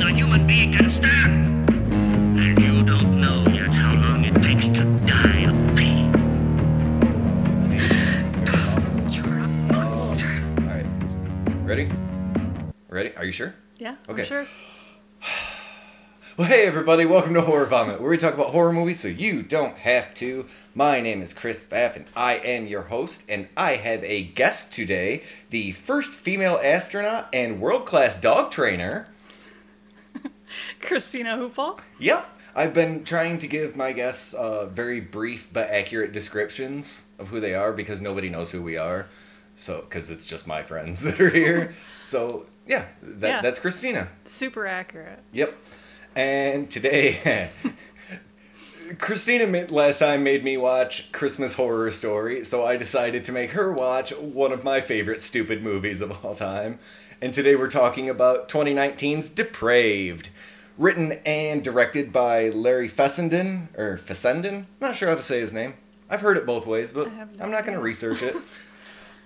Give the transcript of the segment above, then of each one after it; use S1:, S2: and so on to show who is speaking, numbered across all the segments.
S1: we can start. And you don't know yet how long it takes to die of pain.
S2: You're a monster.
S3: All right. Ready? Ready? Are you sure?
S2: Yeah.
S3: Okay.
S2: I'm sure.
S3: Well, hey everybody, welcome to Horror Vomit, where we talk about horror movies so you don't have to. My name is Chris Pfaff, and I am your host, and I have a guest today, the first female astronaut and world-class dog trainer.
S2: Christina Hoople.
S3: Yep. I've been trying to give my guests uh, very brief but accurate descriptions of who they are because nobody knows who we are. So, because it's just my friends that are here. so, yeah, that,
S2: Yeah.
S3: that's Christina.
S2: Super accurate.
S3: Yep. And today, Christina ma- last time made me watch Christmas Horror Story, so I decided to make her watch one of my favorite stupid movies of all time. And today we're talking about 2019's Depraved, written and directed by Larry Fessenden, or Fessenden? Not sure how to say his name. I've heard it both ways, but
S2: I have no
S3: I'm not going to
S2: idea.
S3: research it.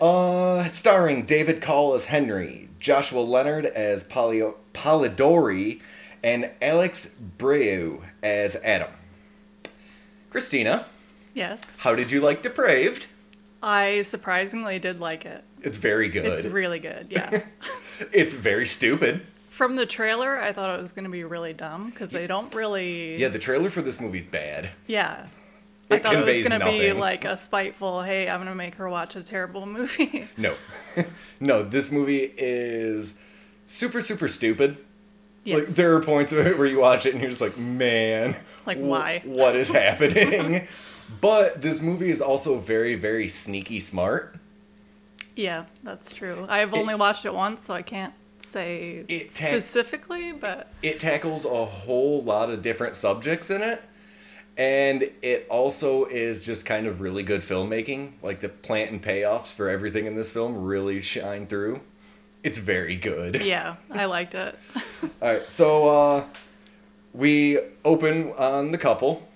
S3: Uh, starring David Call as Henry, Joshua Leonard as Polio- Polidori, and Alex Breu as Adam. Christina,
S2: Yes.
S3: how did you like Depraved?
S2: I surprisingly did like it.
S3: It's very good.
S2: It's really good. Yeah.
S3: It's very stupid.
S2: From the trailer, I thought it was going to be really dumb because they don't really.
S3: Yeah, the trailer for this movie's bad.
S2: Yeah. I
S3: It
S2: thought it was
S3: conveys
S2: going to be
S3: nothing.
S2: like a spiteful, hey, I'm going to make her watch a terrible movie.
S3: No. no, this movie is super, super stupid.
S2: yes.
S3: Like there are points of it where you watch it and you're just like, man,
S2: Like,
S3: wh-
S2: why?
S3: What is happening? but this movie is also very, very sneaky smart.
S2: yeah, that's true. I've only watched it once, so I can't say
S3: It ta-
S2: specifically, but
S3: It tackles a whole lot of different subjects in it, and it also is just kind of really good filmmaking. Like the plant and payoffs for everything in this film really shine through. It's very good.
S2: yeah, I liked it.
S3: All right, so uh, we open on the couple,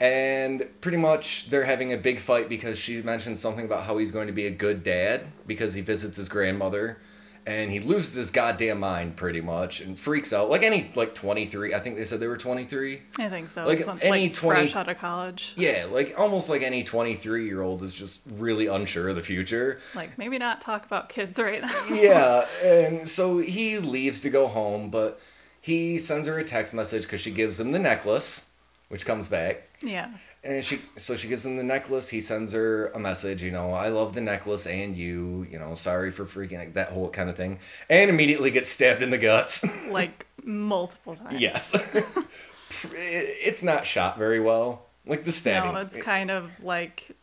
S3: and pretty much they're having a big fight because she mentions something about how he's going to be a good dad because he visits his grandmother, and he loses his goddamn mind pretty much and freaks out like any like twenty three. I think they said they were twenty three.
S2: I think so.
S3: Like,
S2: Like, Some,
S3: any
S2: like
S3: 20
S2: fresh out of college.
S3: Yeah, like almost like any twenty three year old is just really unsure of the future.
S2: Like maybe not talk about kids right now.
S3: yeah, and so he leaves to go home, but he sends her a text message because she gives him the necklace, which comes back.
S2: yeah.
S3: And she, so she gives him the necklace. He sends her a message, you know, I love the necklace and you, you know, sorry for freaking like, that whole kind of thing, and immediately gets stabbed in the guts.
S2: Like multiple times.
S3: yes, it's not shot very well. Like the stabbing.
S2: No, it's kind of like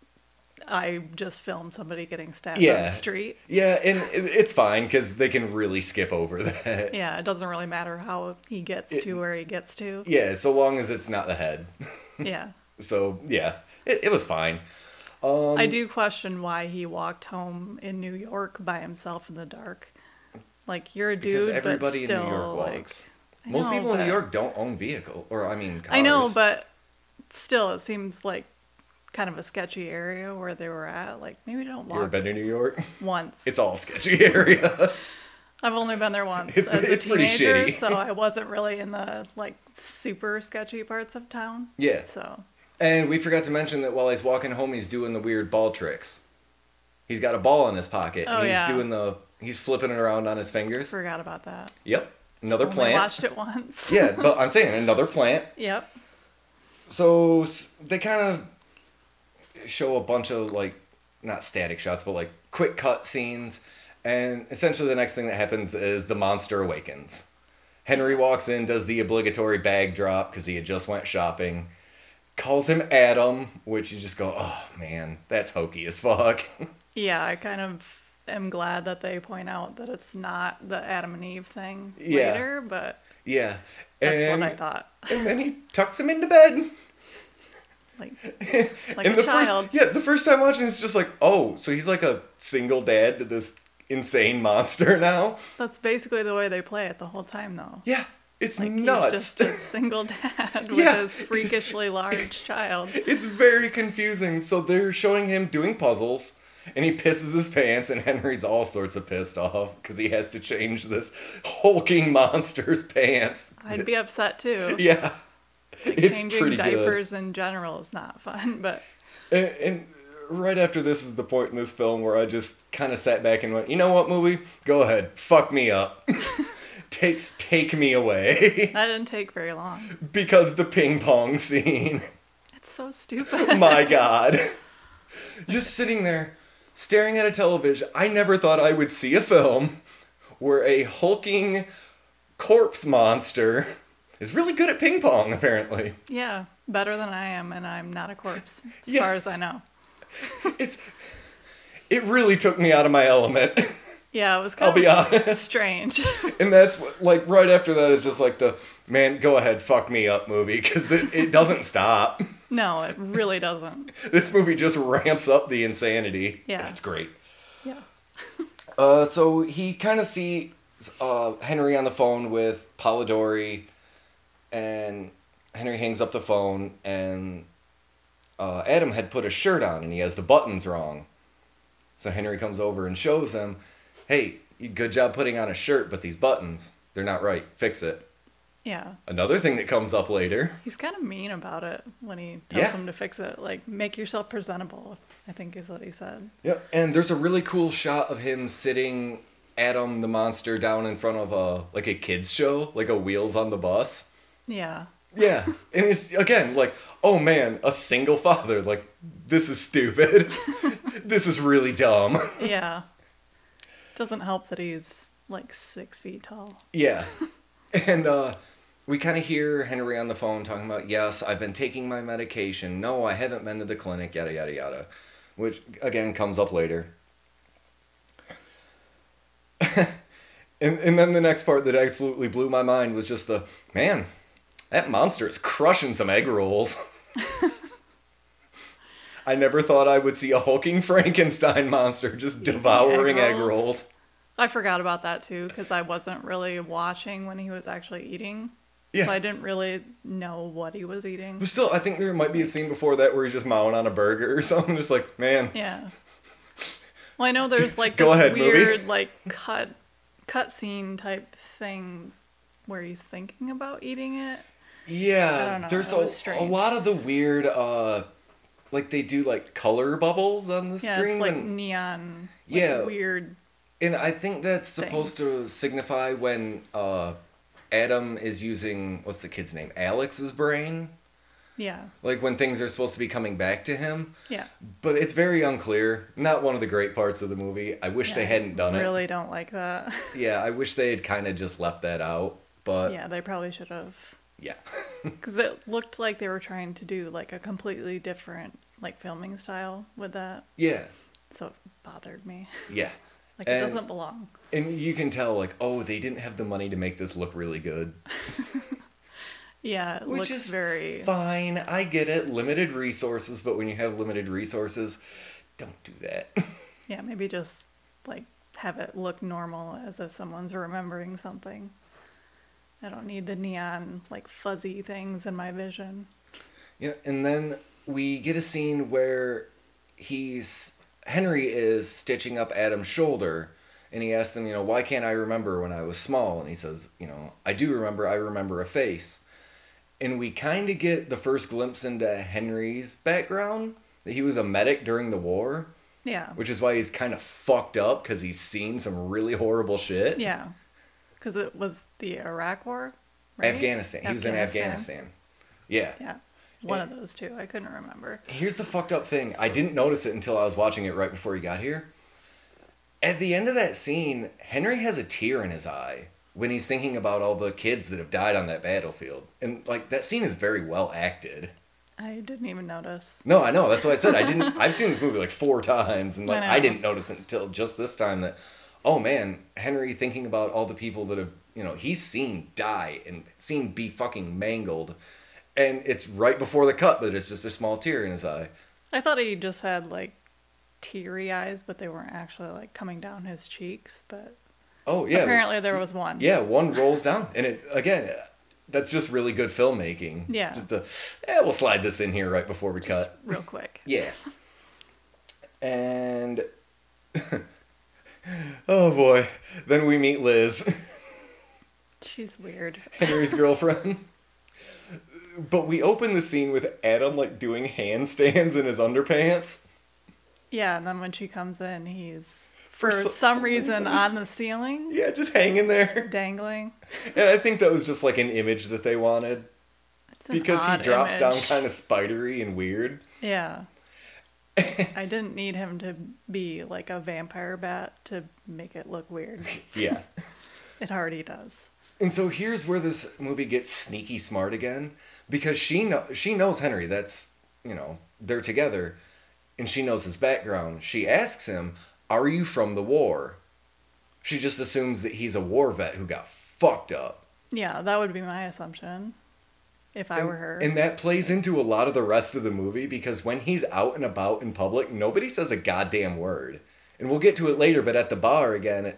S2: I just filmed somebody getting stabbed on
S3: Yeah.
S2: the street.
S3: yeah, and it- it's fine because they can really skip over that.
S2: Yeah, it doesn't really matter how he gets to where he gets to.
S3: Yeah, so long as it's not the head.
S2: Yeah.
S3: So yeah, it, it was fine. Um,
S2: I do question why he walked home in New York by himself in the dark. Like you're a dude,
S3: Because everybody
S2: but still,
S3: in New York
S2: like-
S3: walks.
S2: I
S3: Most
S2: know,
S3: people in
S2: but-
S3: New York don't own vehicle, or I mean, cars.
S2: I know, but still, it seems like kind of a sketchy area where they were at. Like maybe don't
S3: you ever
S2: walk
S3: been to New York?
S2: once.
S3: It's all sketchy area.
S2: I've only been there once
S3: It's-
S2: as a
S3: it's pretty
S2: teenager,
S3: shitty.
S2: so I wasn't really in the like super sketchy parts of town.
S3: yeah,
S2: So
S3: and we forgot to mention that while he's walking home, he's doing the weird ball tricks. He's got a ball in his pocket,
S2: Oh,
S3: and he's
S2: yeah.
S3: doing the he's flipping it around on his fingers.
S2: forgot about that.
S3: Yep, another
S2: Only
S3: plant.
S2: watched it once.
S3: yeah, but I'm saying another plant.
S2: yep.
S3: So s- they kind of show a bunch of like not static shots, but like quick cut scenes, and essentially the next thing that happens is the monster awakens. Henry walks in, does the obligatory bag drop because he had just went shopping, calls him Adam, which you just go, oh man, that's hokey as fuck.
S2: Yeah, I kind of am glad that they point out that it's not the Adam and Eve thing
S3: Yeah.
S2: later, but
S3: yeah,
S2: that's
S3: and,
S2: what I thought.
S3: and then he tucks him into bed.
S2: Like, like
S3: and
S2: a
S3: the
S2: child.
S3: first yeah the first time watching it's just like oh so he's like a single dad to this insane monster now
S2: That's basically the way they play it the whole time, though.
S3: yeah it's
S2: Like
S3: nuts
S2: he's just a single dad with
S3: Yeah.
S2: his freakishly large child.
S3: it's very confusing so they're showing him doing puzzles And he pisses his pants, and Henry's all sorts of pissed off because he has to change this hulking monster's pants.
S2: I'd be upset too.
S3: Yeah.
S2: Like,
S3: it's
S2: changing
S3: pretty
S2: diapers in general is not fun, but
S3: good. And, and right after this is the point in this film where I just kind of sat back and went, you know what, movie? Go ahead. Fuck me up. take, take me away.
S2: that didn't take very long.
S3: because the ping pong scene.
S2: It's so stupid.
S3: My God. Just sitting there, staring at a television. I never thought I would see a film where a hulking corpse monster is really good at ping pong, apparently.
S2: yeah, better than I am, and I'm not a corpse as
S3: Yes.
S2: far as I know.
S3: It's. It really took me out of my element.
S2: Yeah, it was kind
S3: I'll be
S2: of
S3: honest.
S2: strange.
S3: And that's what, like, right after that is just like the man, go ahead, fuck me up movie, because it, it doesn't stop.
S2: no, it really doesn't.
S3: This movie just ramps up the insanity.
S2: Yeah.
S3: That's great.
S2: Yeah.
S3: Uh, so he kind of sees uh, Henry on the phone with Polidori, and Henry hangs up the phone, and uh, Adam had put a shirt on, and he has the buttons wrong. So Henry comes over and shows him, "Hey, you- good job putting on a shirt, but these buttons, they're not right. Fix it."
S2: Yeah.
S3: Another thing that comes up later.
S2: He's kind of mean about it when he tells
S3: Yeah.
S2: him to fix it. Like, make yourself presentable, I think is what he said.
S3: Yep. And there's a really cool shot of him sitting Adam the monster down in front of a like a kids show, like a Wheels on the Bus.
S2: Yeah.
S3: Yeah, and it's again like, oh man, a single father. Like, this is stupid. this is really dumb.
S2: Yeah. Doesn't help that he's like six feet tall.
S3: Yeah, and uh, we kind of hear Henry on the phone talking about, yes, I've been taking my medication. No, I haven't been to the clinic. Yada yada yada, which again comes up later. and and then the next part that absolutely blew my mind was just the man, that monster is crushing some egg rolls. I never thought I would see a hulking Frankenstein monster just devouring egg
S2: rolls.
S3: rolls.
S2: I forgot about that too because I wasn't really watching when he was actually eating.
S3: Yeah.
S2: So I didn't really know what he was eating.
S3: But still, I think there might be a scene before that where he's just mowing on a burger or something. Just like, man,
S2: Yeah. Well, I know there's like
S3: Go
S2: this
S3: ahead, movie.
S2: weird like cut cut scene type thing where he's thinking about eating it. I
S3: yeah.
S2: don't know,
S3: There's
S2: it
S3: a,
S2: was
S3: a
S2: strange.
S3: lot of the weird, uh, like they do like color bubbles on the
S2: Yeah,
S3: screen,
S2: it's like
S3: and,
S2: neon. like,
S3: Yeah.
S2: Weird.
S3: and I think that's supposed to
S2: things.
S3: signify when uh, Adam is using what's the kid's name, Alex's brain,
S2: Yeah.
S3: like when things are supposed to be coming back to him.
S2: Yeah.
S3: But it's very unclear. Not one of the great parts of the movie. I wish they
S2: Yeah, I
S3: hadn't done
S2: really Really don't like that.
S3: it. Yeah, I wish they had kind of just left that out. But
S2: yeah, they probably should have.
S3: yeah.
S2: Because it looked like they were trying to do like a completely different like filming style with that.
S3: Yeah,
S2: So it bothered me.
S3: yeah.
S2: Like
S3: and,
S2: it doesn't belong.
S3: And you can tell, like, oh, they didn't have the money to make this look really good,
S2: Yeah, it
S3: which
S2: looks
S3: is
S2: very
S3: fine. I get it, limited resources, but when you have limited resources, don't do that.
S2: yeah, maybe just like have it look normal as if someone's remembering something. I don't need the neon like fuzzy things in my vision.
S3: yeah, and then we get a scene where he's Henry is stitching up Adam's shoulder, and he asks him, you know, why can't I remember when I was small? And he says, you know, I do remember. I remember a face. and we kind of get the first glimpse into Henry's background that he was a medic during the war,
S2: Yeah.
S3: which is why he's kind of fucked up because he's seen some really horrible shit.
S2: Yeah. Cuz it was the Iraq war, right?
S3: Afghanistan. He was in Afghanistan. Yeah.
S2: Yeah. One of those two. I couldn't remember.
S3: Here's the fucked up thing. I didn't notice it until I was watching it right before he got here. At the end of that scene, Henry has a tear in his eye when he's thinking about all the kids that have died on that battlefield. And like that scene is very well acted.
S2: I didn't even notice.
S3: No, I know. That's what I said. I didn't. I've seen this movie like four times, and like
S2: I
S3: I,
S2: know.
S3: didn't notice it until just this time that, oh man, Henry thinking about all the people that have you know he's seen die and seen be fucking mangled, and it's right before the cut, but it's just a small tear in his eye.
S2: I thought he just had like teary eyes, but they weren't actually like coming down his cheeks, but
S3: Oh yeah,
S2: apparently there was one.
S3: yeah. One rolls down, and it again. That's just really good filmmaking.
S2: Yeah.
S3: Just the, eh, we'll slide this in here right before we cut.
S2: Real quick.
S3: Yeah. And oh boy, then we meet Liz,
S2: She's weird.
S3: Henry's girlfriend. But we open the scene with Adam like doing handstands in his underpants.
S2: Yeah, and then when she comes in, he's
S3: For
S2: for,
S3: so-
S2: some reason on the ceiling,
S3: Yeah, just hanging there.
S2: dangling.
S3: And I think that was just like an image that they wanted
S2: It's an
S3: because he
S2: odd
S3: drops down
S2: image.
S3: kind of spidery and weird.
S2: Yeah. I didn't need him to be like a vampire bat to make it look weird.
S3: Yeah.
S2: It already does.
S3: And so here's where this movie gets sneaky smart again, because she know she knows Henry. That's you know they're together, and she knows his background. She asks him, "Are you from the war?" She just assumes that he's a war vet who got fucked up.
S2: Yeah, that would be my assumption if I were her.
S3: And that plays into a lot of the rest of the movie because when he's out and about in public, nobody says a goddamn word. And we'll get to it later, but at the bar again, at-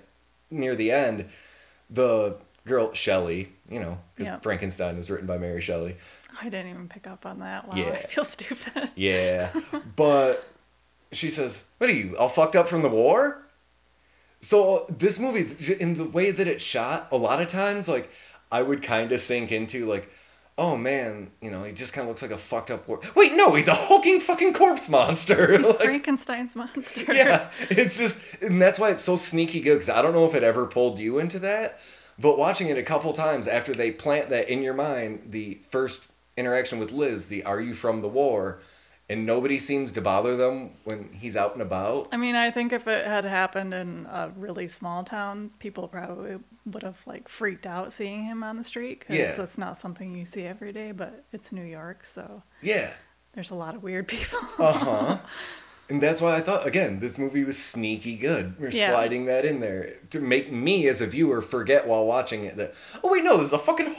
S3: near the end, the girl, Shelley, you know, because
S2: Yeah.
S3: Frankenstein was written by Mary Shelley.
S2: I didn't even pick up on that. Wow, I
S3: Yeah.
S2: feel stupid.
S3: Yeah. but she says, What are you, all fucked up from the war? So this movie, in the way that it's shot, a lot of times, like, I would kind of sink into, like, oh man, you know, he just kind of looks like a fucked up war. Wait, no, he's a hulking fucking corpse monster.
S2: He's
S3: Like,
S2: Frankenstein's monster.
S3: yeah. It's just, and that's why it's so sneaky good, because I don't know if it ever pulled you into that. But watching it a couple times after they plant that in your mind, the first interaction with Liz, the "Are you from the war?" and nobody seems to bother them when he's out and about.
S2: I mean, I think if it had happened in a really small town, people probably would have like freaked out seeing him on the street because
S3: Yeah.
S2: that's not something you see every day. But it's New York, so
S3: Yeah.
S2: there's a lot of weird people.
S3: Uh huh. and that's why I thought again, this movie was sneaky good. We're
S2: Yeah.
S3: sliding that in there to make me as a viewer forget while watching it that oh wait no, this is a fucking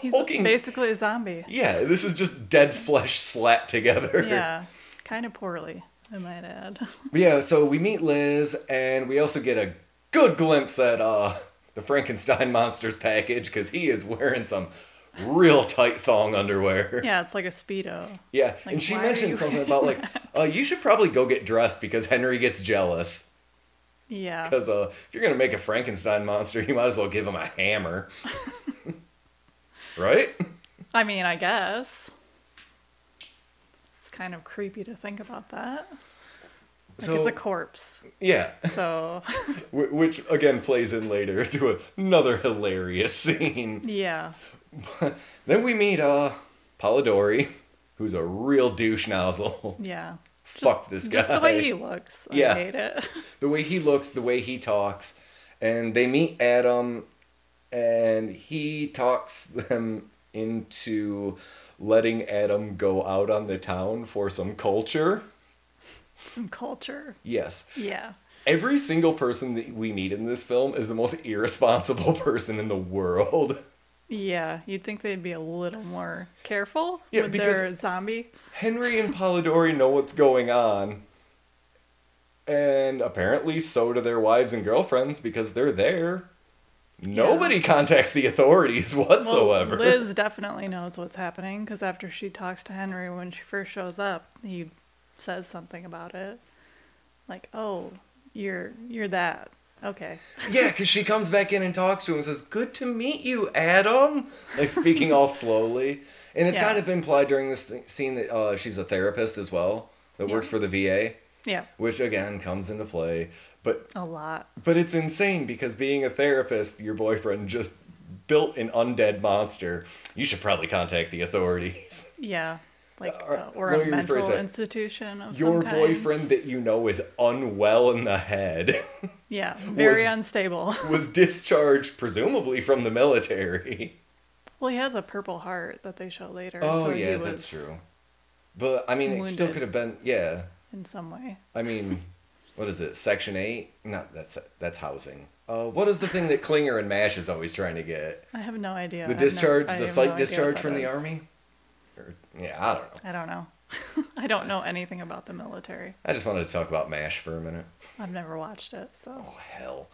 S2: He's
S3: hulking.
S2: basically a zombie.
S3: yeah, this is just dead flesh slapped together.
S2: Yeah, kind of poorly, I might add.
S3: But yeah, so we meet Liz, and we also get a good glimpse at uh, the Frankenstein monsters package because he is wearing some real tight thong underwear.
S2: yeah, it's like a speedo.
S3: Yeah,
S2: Like,
S3: and she
S2: why are
S3: mentioned
S2: you
S3: something about like, uh, you should probably go get dressed because Henry gets jealous.
S2: Yeah,
S3: Because uh, if you're gonna make a Frankenstein monster, you might as well give him a hammer, right?
S2: I mean, I guess it's kind of creepy to think about that. Like
S3: So-
S2: it's a corpse,
S3: Yeah,
S2: so
S3: Wh- which again plays in later to another hilarious scene.
S2: yeah,
S3: Then we meet uh Polidori, who's a real douche nozzle.
S2: yeah.
S3: Fuck this guy.
S2: Just the way he looks. I
S3: Yeah.
S2: hate it.
S3: The way he looks, the way he talks, and they meet Adam, and he talks them into letting Adam go out on the town for some culture.
S2: Some culture.
S3: Yes.
S2: Yeah.
S3: Every single person that we meet in this film is the most irresponsible person in the world.
S2: Yeah, you'd think they'd be a little more careful
S3: Yeah,
S2: with
S3: because-
S2: their zombie.
S3: Henry and Polidori know what's going on. And apparently, so do their wives and girlfriends because they're there. Nobody contacts the authorities
S2: Well,
S3: whatsoever.
S2: Liz definitely knows what's happening because after she talks to Henry when she first shows up, he says something about it, like, "Oh, you're you're that." Okay.
S3: Yeah, because she comes back in and talks to him and says, Good to meet you, Adam. Like speaking all slowly. And it's
S2: Yeah.
S3: kind of implied during this th- scene that uh, she's a therapist as well that works
S2: Yeah.
S3: for the VA,
S2: Yeah.
S3: which again comes into play. But
S2: A lot.
S3: But it's insane because being a therapist, your boyfriend just built an undead monster. You should probably contact the authorities.
S2: Yeah. Like,
S3: Uh,
S2: uh, or
S3: let
S2: a
S3: me rephrase
S2: mental
S3: that.
S2: institution of
S3: Your
S2: some kind.
S3: boyfriend that you know is unwell in the head
S2: Yeah, very
S3: was-
S2: unstable.
S3: was discharged, presumably from the military.
S2: Well, he has a purple heart that they show later.
S3: Oh,
S2: so he
S3: yeah,
S2: was
S3: that's true. But I mean, it still
S2: wounded.
S3: could have been, yeah.
S2: In some way.
S3: I mean, what is it? Section 8? Not that's that's housing. Uh, what is the thing that Klinger and MASH is always trying to get?
S2: I have no idea. I've
S3: The
S2: never-
S3: discharge,
S2: I have
S3: the
S2: no
S3: slight
S2: idea what
S3: discharge
S2: that
S3: from the
S2: is.
S3: army? Or, yeah, I don't know.
S2: I don't know. I don't know anything about the military.
S3: I just wanted to talk about MASH for a minute.
S2: I've never watched it, so
S3: Oh, hell.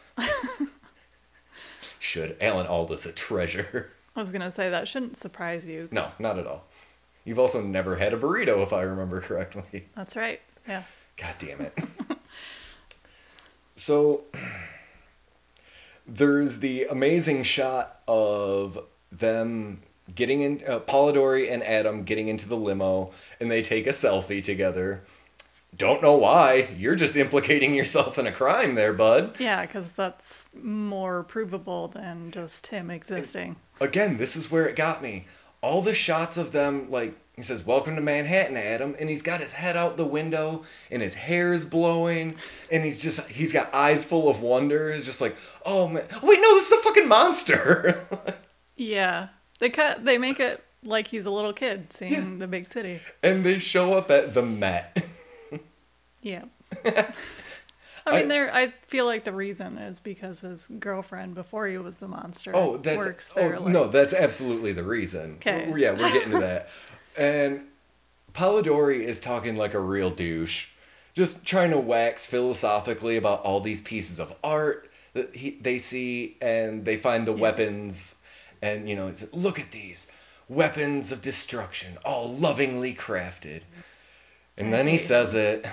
S3: Should. Alan Alda's a treasure.
S2: I was gonna say that shouldn't surprise you. 'cause-
S3: No, not at all. You've also never had a burrito, if I remember correctly.
S2: that's right. Yeah,
S3: God damn it. So there's the amazing shot of them getting in uh, Polidori and Adam getting into the limo and they take a selfie together. Don't know why. You're just implicating yourself in a crime there, bud.
S2: Yeah, because that's more provable than just him existing.
S3: Again, this is where it got me. All the shots of them like he says, "Welcome to Manhattan, Adam," and he's got his head out the window and his hair is blowing and he's just he's got eyes full of wonder. It's just like, "Oh man. Oh, wait, no, this is a fucking monster."
S2: Yeah, they cut. They make it like he's a little kid seeing the big city.
S3: and they show up at the Met.
S2: Yeah. I mean, there. I feel like the reason is because his girlfriend before he was the monster.
S3: Oh, that's
S2: works there.
S3: oh,
S2: like,
S3: no, that's absolutely the reason.
S2: 'Kay.
S3: Yeah, we're getting to that. and Polidori is talking like a real douche, just trying to wax philosophically about all these pieces of art that he, they see, and they find the weapons, and you know, it's, look at these weapons of destruction, all lovingly crafted. And then he says it,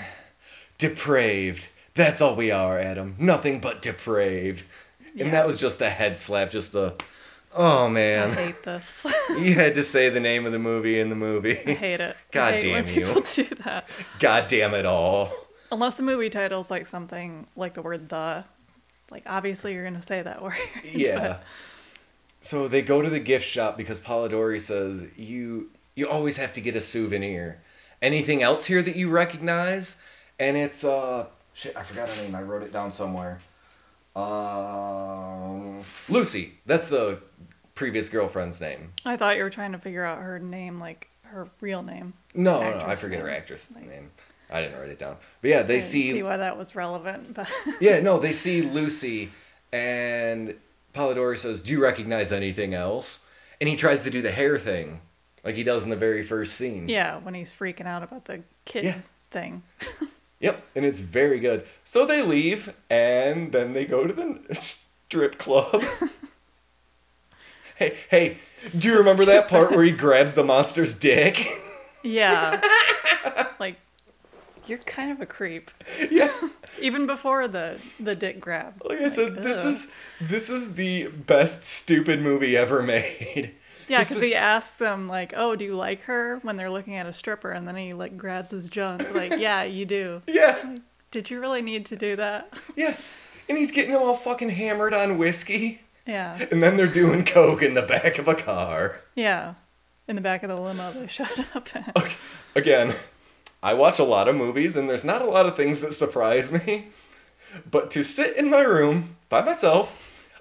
S3: depraved. That's all we are, Adam. Nothing but depraved. And that was just the head slap, just the, oh
S2: I
S3: man.
S2: hate this.
S3: You had to say the name of the movie in the
S2: I
S3: movie.
S2: hate it.
S3: God
S2: I hate
S3: damn
S2: when
S3: you.
S2: people do that.
S3: God damn it all.
S2: Unless the movie title's like something like the word the, like obviously you're gonna say that word.
S3: Yeah. So they go to the gift shop because Polidori says, you, you always have to get a souvenir. Anything else here that you recognize? And it's, uh, shit, I forgot her name. I wrote it down somewhere. Um, Lucy. That's the previous girlfriend's name.
S2: I thought you were trying to figure out her name, like her real name.
S3: No, no, I
S2: Actress
S3: forget her
S2: name.
S3: actress name. I didn't write it down. But yeah,
S2: I
S3: they
S2: didn't
S3: see,
S2: see why that was relevant, but
S3: yeah, no, they see Lucy, and Polidori says, "Do you recognize anything else?" And he tries to do the hair thing, like he does in the very first scene.
S2: yeah, when he's freaking out about the kid
S3: Yeah.
S2: thing.
S3: Yep, and it's very good. So they leave, and then they go to the strip club. hey, hey, do you remember that part where he grabs the monster's dick?
S2: Yeah. like you're kind of a creep.
S3: yeah.
S2: Even before the the dick grab.
S3: Like I said, this
S2: ugh.
S3: is this is the best stupid movie ever made.
S2: Yeah,
S3: This
S2: because
S3: is-
S2: he asks them like, "Oh, do you like her?" When they're looking at a stripper, and then he like grabs his junk. Like, yeah, you do.
S3: Yeah.
S2: Did you really need to do that?
S3: Yeah. And he's getting them all fucking hammered on whiskey.
S2: Yeah,
S3: And then they're doing coke in the back of a car.
S2: yeah. In the back of the limo, they shut up. in.
S3: Again, I watch a lot of movies and there's not a lot of things that surprise me. But to sit in my room by myself,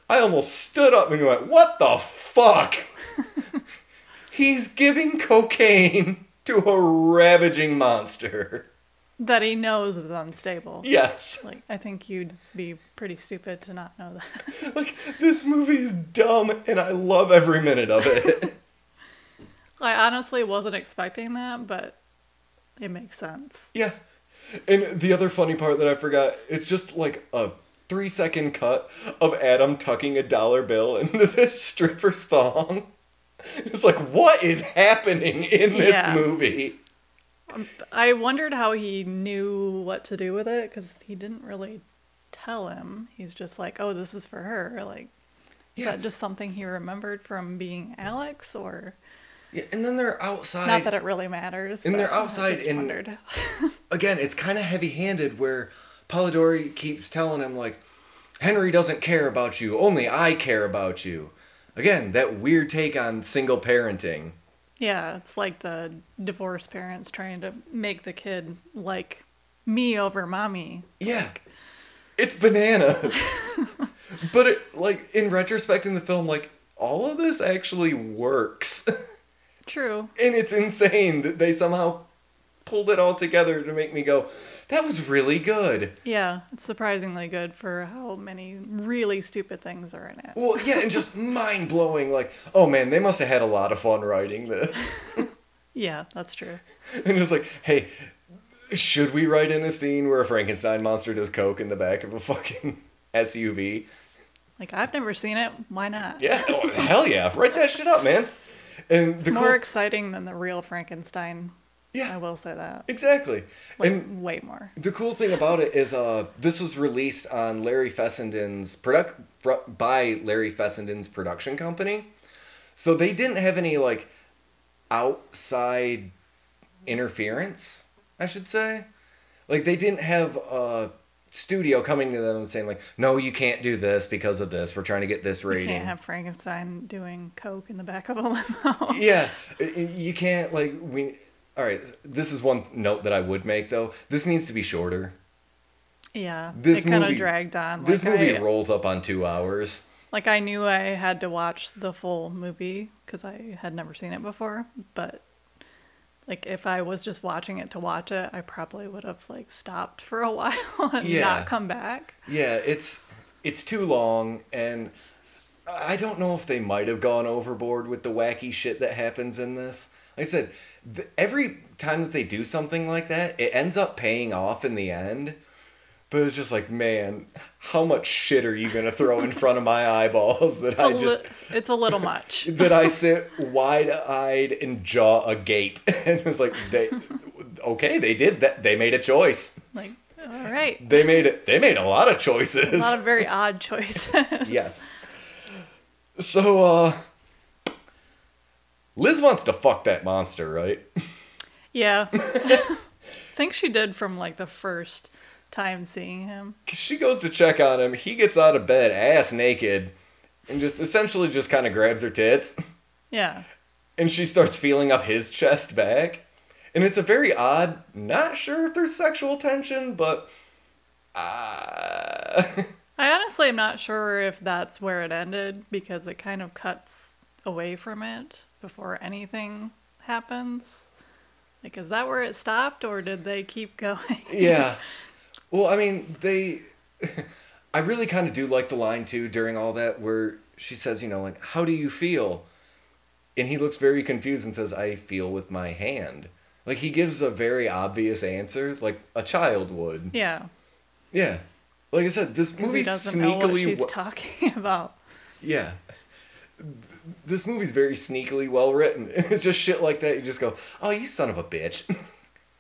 S3: I almost stood up and went, What the fuck? he's giving cocaine to a ravaging monster.
S2: that he knows is unstable.
S3: Yes.
S2: Like, I think you'd be pretty stupid to not know that.
S3: Like, this movie is dumb and I love every minute of it.
S2: I honestly wasn't expecting that, but it makes sense.
S3: Yeah. And the other funny part that I forgot, it's just like a three second cut of Adam tucking a dollar bill into this stripper's thong. It's like, what is happening in this
S2: Yeah.
S3: movie?
S2: I wondered how he knew what to do with it because he didn't really tell him. He's just like, "Oh, this is for her." Like, Is
S3: Yeah.
S2: that just something he remembered from being Alex, or
S3: Yeah, and then they're outside.
S2: not that it really matters?
S3: And
S2: but
S3: they're
S2: I
S3: outside
S2: just
S3: in-
S2: wondered.
S3: again, it's kind of heavy handed where Polidori keeps telling him, like, Henry doesn't care about you, only I care about you. Again, that weird take on single parenting.
S2: Yeah, it's like the divorced parents trying to make the kid like me over mommy.
S3: Yeah. It's bananas. but it, like in retrospect in the film like all of this actually works.
S2: True.
S3: and it's insane that they somehow pulled it all together to make me go that was really good.
S2: Yeah, it's surprisingly good for how many really stupid things are in it.
S3: Well, yeah, and just mind-blowing like oh man, they must have had a lot of fun writing this.
S2: Yeah, that's true.
S3: and it's like, hey, should we write in a scene where a Frankenstein monster does coke in the back of a fucking SUV?
S2: Like I've never seen it. Why not?
S3: Yeah, oh, hell yeah, write that shit up, man. And the
S2: It's
S3: cool
S2: more exciting than the real Frankenstein
S3: Yeah.
S2: I will say that.
S3: Exactly.
S2: Like
S3: and
S2: way more.
S3: the cool thing about it is uh, this was released on Larry Fessenden's product fr- by Larry Fessenden's production company. So they didn't have any like outside interference, I should say. Like they didn't have a studio coming to them and saying like, "No, you can't do this because of this. We're trying to get this
S2: You
S3: rating."
S2: can't have Frankenstein doing coke in the back of a limo.
S3: yeah, you can't like we. All right, this is one note that I would make though. This needs to be shorter.
S2: yeah.
S3: This
S2: it kind
S3: movie-
S2: of dragged on.
S3: this
S2: like,
S3: movie
S2: I,
S3: rolls up on two hours.
S2: Like I knew I had to watch the full movie because I had never seen it before, but like if I was just watching it to watch it, I probably would have like stopped for a while and
S3: Yeah.
S2: not come back.
S3: Yeah, it's it's too long, and I don't know if they might have gone overboard with the wacky shit that happens in this. Like I said, th- every time that they do something like that, it ends up paying off in the end. But it's just like, man, how much shit are you gonna throw in front of my eyeballs that
S2: It's, a
S3: I just
S2: li- it's a little much.
S3: that I sit wide eyed and jaw agape, and it was like, they, okay, they did that. They made a choice.
S2: like all right.
S3: They made it. They made a lot of choices.
S2: A lot of very odd choices.
S3: yes. So, uh, Liz wants to fuck that monster, right?
S2: Yeah. I think she did from like the first time seeing him.
S3: 'Cause she goes to check on him. He gets out of bed, ass naked, and just essentially just kind of grabs her tits,
S2: Yeah.
S3: and she starts feeling up his chest back. And it's a very odd. Not sure if there's sexual tension, but. Uh,
S2: I honestly am not sure if that's where it ended because it kind of cuts away from it before anything happens. Like, is that where it stopped or did they keep going?
S3: yeah. Well, I mean, they. I really kind of do like the line too during all that where she says, you know, like, how do you feel? And he looks very confused and says, I feel with my hand. Like, he gives a very obvious answer, like a child would.
S2: Yeah.
S3: Yeah. Like I said, this
S2: 'cause
S3: movie
S2: he doesn't know what
S3: sneakily.
S2: she's
S3: wa-
S2: talking about.
S3: yeah. Th- This movie's very sneakily well written. It's just shit like that. You just go, oh, you son of a bitch.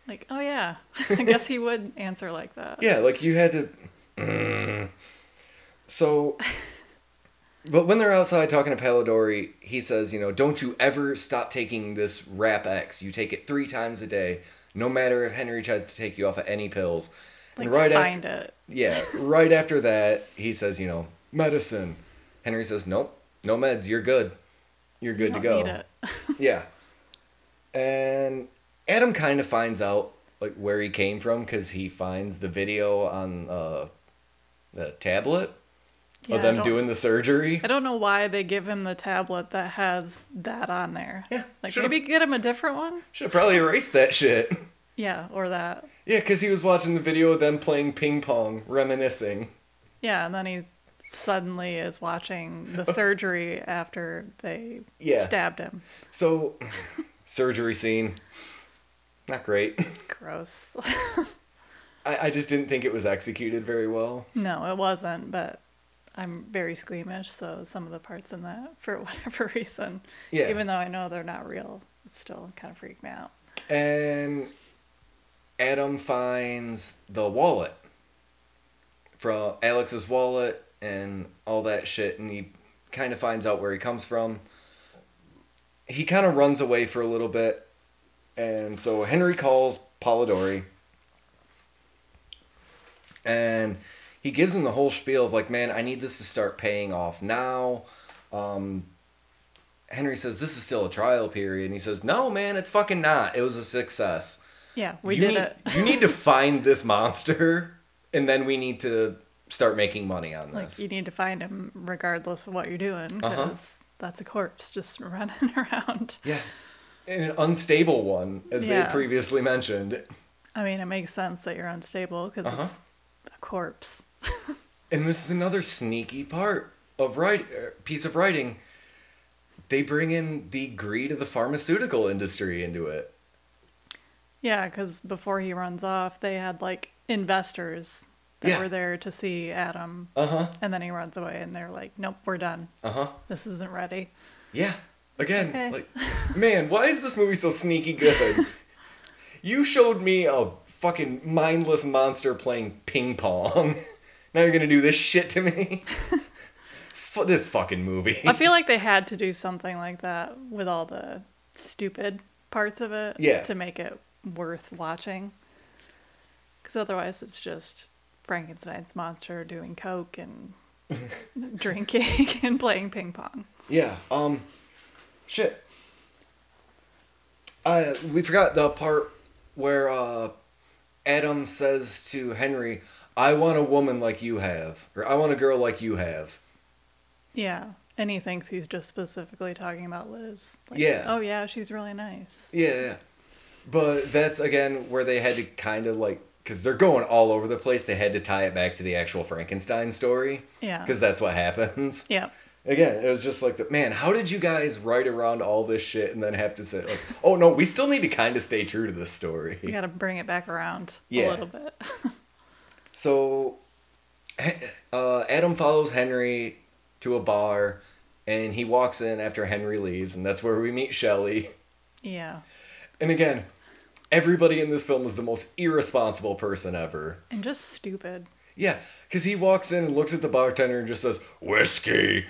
S2: Like, oh yeah, I guess he would answer like that.
S3: Yeah, like you had to. Mm. So, but when they're outside talking to Palidori, he says, you know, don't you ever stop taking this Rap X. You take it three times a day, no matter if Henry tries to take you off of any pills.
S2: Like,
S3: and right
S2: find
S3: after,
S2: it.
S3: yeah, right after that, he says, you know, medicine. Henry says, nope, no meds. You're good. You're good
S2: You
S3: to go.
S2: don't need it.
S3: Yeah. And Adam kind of finds out like where he came from because he finds the video on uh, the tablet
S2: Yeah, I
S3: of them
S2: don't-
S3: doing the surgery.
S2: I don't know why they give him the tablet that has that on there.
S3: Yeah,
S2: Like
S3: should've-
S2: maybe get him a different one.
S3: Should probably erase that shit.
S2: Yeah, or that.
S3: Yeah, because he was watching the video of them playing ping pong, reminiscing.
S2: Yeah, and then he suddenly is watching the surgery after they
S3: Yeah.
S2: stabbed him.
S3: So, surgery scene. Not great.
S2: Gross.
S3: I, I just didn't think it was executed very well.
S2: no, it wasn't, but I'm very squeamish, so some of the parts in that, for whatever reason,
S3: Yeah.
S2: even though I know they're not real, it still kind of freaked me out.
S3: And Adam finds the wallet from Alex's wallet and all that shit, and he kind of finds out where he comes from. He kind of runs away for a little bit, and so Henry calls Polidori, and he gives him the whole spiel of like, "Man, I need this to start paying off now." Um, Henry says, This is still a trial period. And he says, No, man, it's fucking not. It was a success.
S2: Yeah, we
S3: You
S2: did
S3: need-
S2: it.
S3: you need to find this monster, and then we need to start making money on
S2: Like,
S3: this.
S2: you need to find him regardless of what you're doing,
S3: Uh-huh.
S2: because that's a corpse just running around.
S3: yeah. And an unstable one, as they
S2: Yeah.
S3: had previously mentioned.
S2: I mean, it makes sense that you're unstable because
S3: Uh-huh.
S2: it's a corpse.
S3: And this is another sneaky part of write, er, piece of writing. They bring in the greed of the pharmaceutical industry into it.
S2: Yeah, because before he runs off, they had like investors that
S3: Yeah.
S2: were there to see Adam,
S3: Uh huh.
S2: and then he runs away, and they're like, "Nope, we're done.
S3: Uh huh.
S2: This isn't ready."
S3: Yeah. Again,
S2: Okay.
S3: like, man, why is this movie so sneaky good? You showed me a fucking mindless monster playing ping pong. now you're gonna do this shit to me? F- this fucking movie.
S2: I feel like they had to do something like that with all the stupid parts of it
S3: Yeah.
S2: to make it worth watching. Because otherwise, it's just Frankenstein's monster doing coke and drinking and playing ping pong.
S3: Yeah. Um. Shit. Uh, we forgot the part where uh, Adam says to Henry, "I want a woman like you have, or I want a girl like you have."
S2: Yeah. And he thinks he's just specifically talking about Liz. Like,
S3: Yeah.
S2: Oh, yeah, she's really nice.
S3: Yeah. yeah. But that's again where they had to kind of like, because they're going all over the place. They had to tie it back to the actual Frankenstein story.
S2: Yeah.
S3: Because that's what happens.
S2: Yeah.
S3: Again, it was just like, the, man, how did you guys write around all this shit and then have to say, like, oh no, we still need to kind of stay true to this story.
S2: You got to bring it back around
S3: Yeah.
S2: a little bit.
S3: So, Hen- uh, Adam follows Henry to a bar, and he walks in after Henry leaves, and that's where we meet Shelley.
S2: yeah.
S3: And again, everybody in this film is the most irresponsible person ever.
S2: And just stupid.
S3: Yeah, because he walks in and looks at the bartender and just says, whiskey.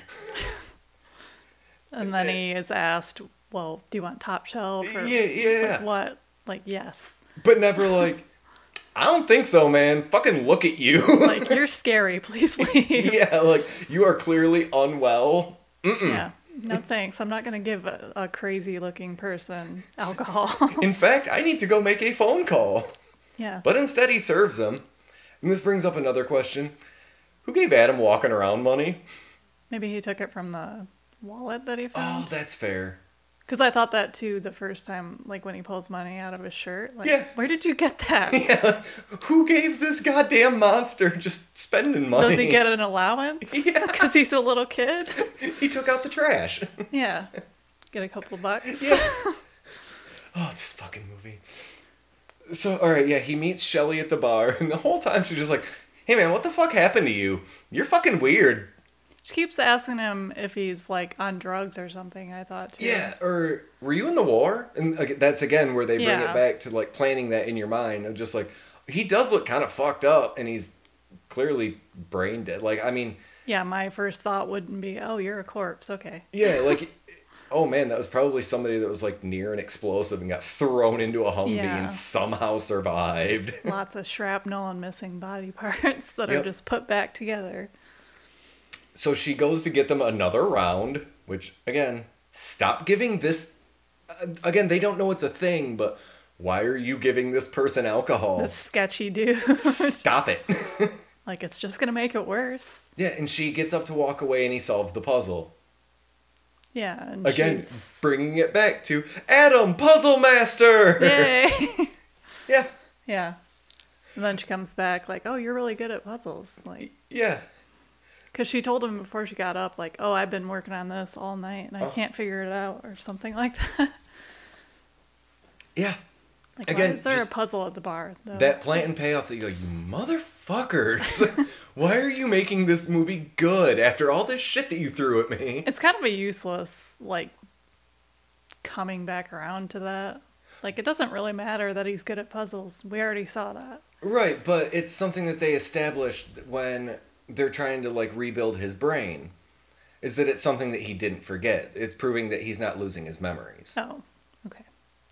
S2: And then he is asked, well, do you want top shelf? Or
S3: Yeah, yeah,
S2: like
S3: yeah.
S2: what? Like, yes.
S3: But never like, I don't think so, man. Fucking look at you.
S2: Like, you're scary. Please leave.
S3: yeah, like, you are clearly unwell.
S2: Yeah. No, thanks. I'm not going to give a, a crazy looking person alcohol.
S3: In fact, I need to go make a phone call.
S2: yeah.
S3: But instead, he serves them. And this brings up another question Who gave Adam walking around money?
S2: Maybe he took it from the wallet that he
S3: Oh,
S2: found.
S3: that's fair.
S2: Because I thought that too the first time, like when he pulls money out of his shirt. Like,
S3: Yeah.
S2: where did you get that?
S3: Who gave this goddamn monster just spending money?
S2: Does he get an allowance?
S3: Yeah.
S2: Because he's a little kid?
S3: He took out the trash.
S2: Yeah. Get a couple bucks.
S3: Yeah. oh, this fucking movie. So, all right, yeah, he meets Shelly at the bar, and the whole time she's just like, hey man, what the fuck happened to you? You're fucking weird.
S2: She keeps asking him if he's like on drugs or something, I thought too.
S3: Yeah, or were you in the war? And ag- that's again where they bring
S2: Yeah.
S3: it back to like planning that in your mind of just like he does look kind of fucked up, and he's clearly brain dead. Like I mean,
S2: Yeah, my first thought wouldn't be, oh, you're a corpse. Okay.
S3: yeah, like oh man, that was probably somebody that was like near an explosive and got thrown into a Humvee
S2: Yeah.
S3: and somehow survived.
S2: Lots of shrapnel and missing body parts
S3: Yep.
S2: that
S3: Oh.
S2: are just put back together.
S3: So she goes to get them another round, which again, stop giving this. Uh, again, they don't know it's a thing, but why are you giving this person alcohol?
S2: This sketchy dude.
S3: Stop it.
S2: like, it's just going to make it worse.
S3: Yeah, and she gets up to walk away and he solves the puzzle.
S2: Yeah. And
S3: Again,
S2: she's-
S3: bringing it back to Adam Puzzle Master!
S2: Yay.
S3: Yeah,
S2: yeah. And then she comes back, like, oh, you're really good at puzzles. Like,
S3: yeah.
S2: Because she told him before she got up, like, oh, I've been working on this all night and I
S3: Oh.
S2: can't figure it out or something like that.
S3: Yeah.
S2: like,
S3: Again,
S2: why is there a
S3: just-
S2: puzzle at the bar? Though?
S3: That plant and payoff that you're like, you motherfuckers! why are you making this movie good after all this shit that you threw at me?
S2: It's kind of a useless, like, coming back around to that. Like, it doesn't really matter that he's good at puzzles. We already saw that.
S3: Right, but it's something that they established when they're trying to like rebuild his brain. Is that it's something that he didn't forget. It's proving that he's not losing his memories.
S2: Oh, okay.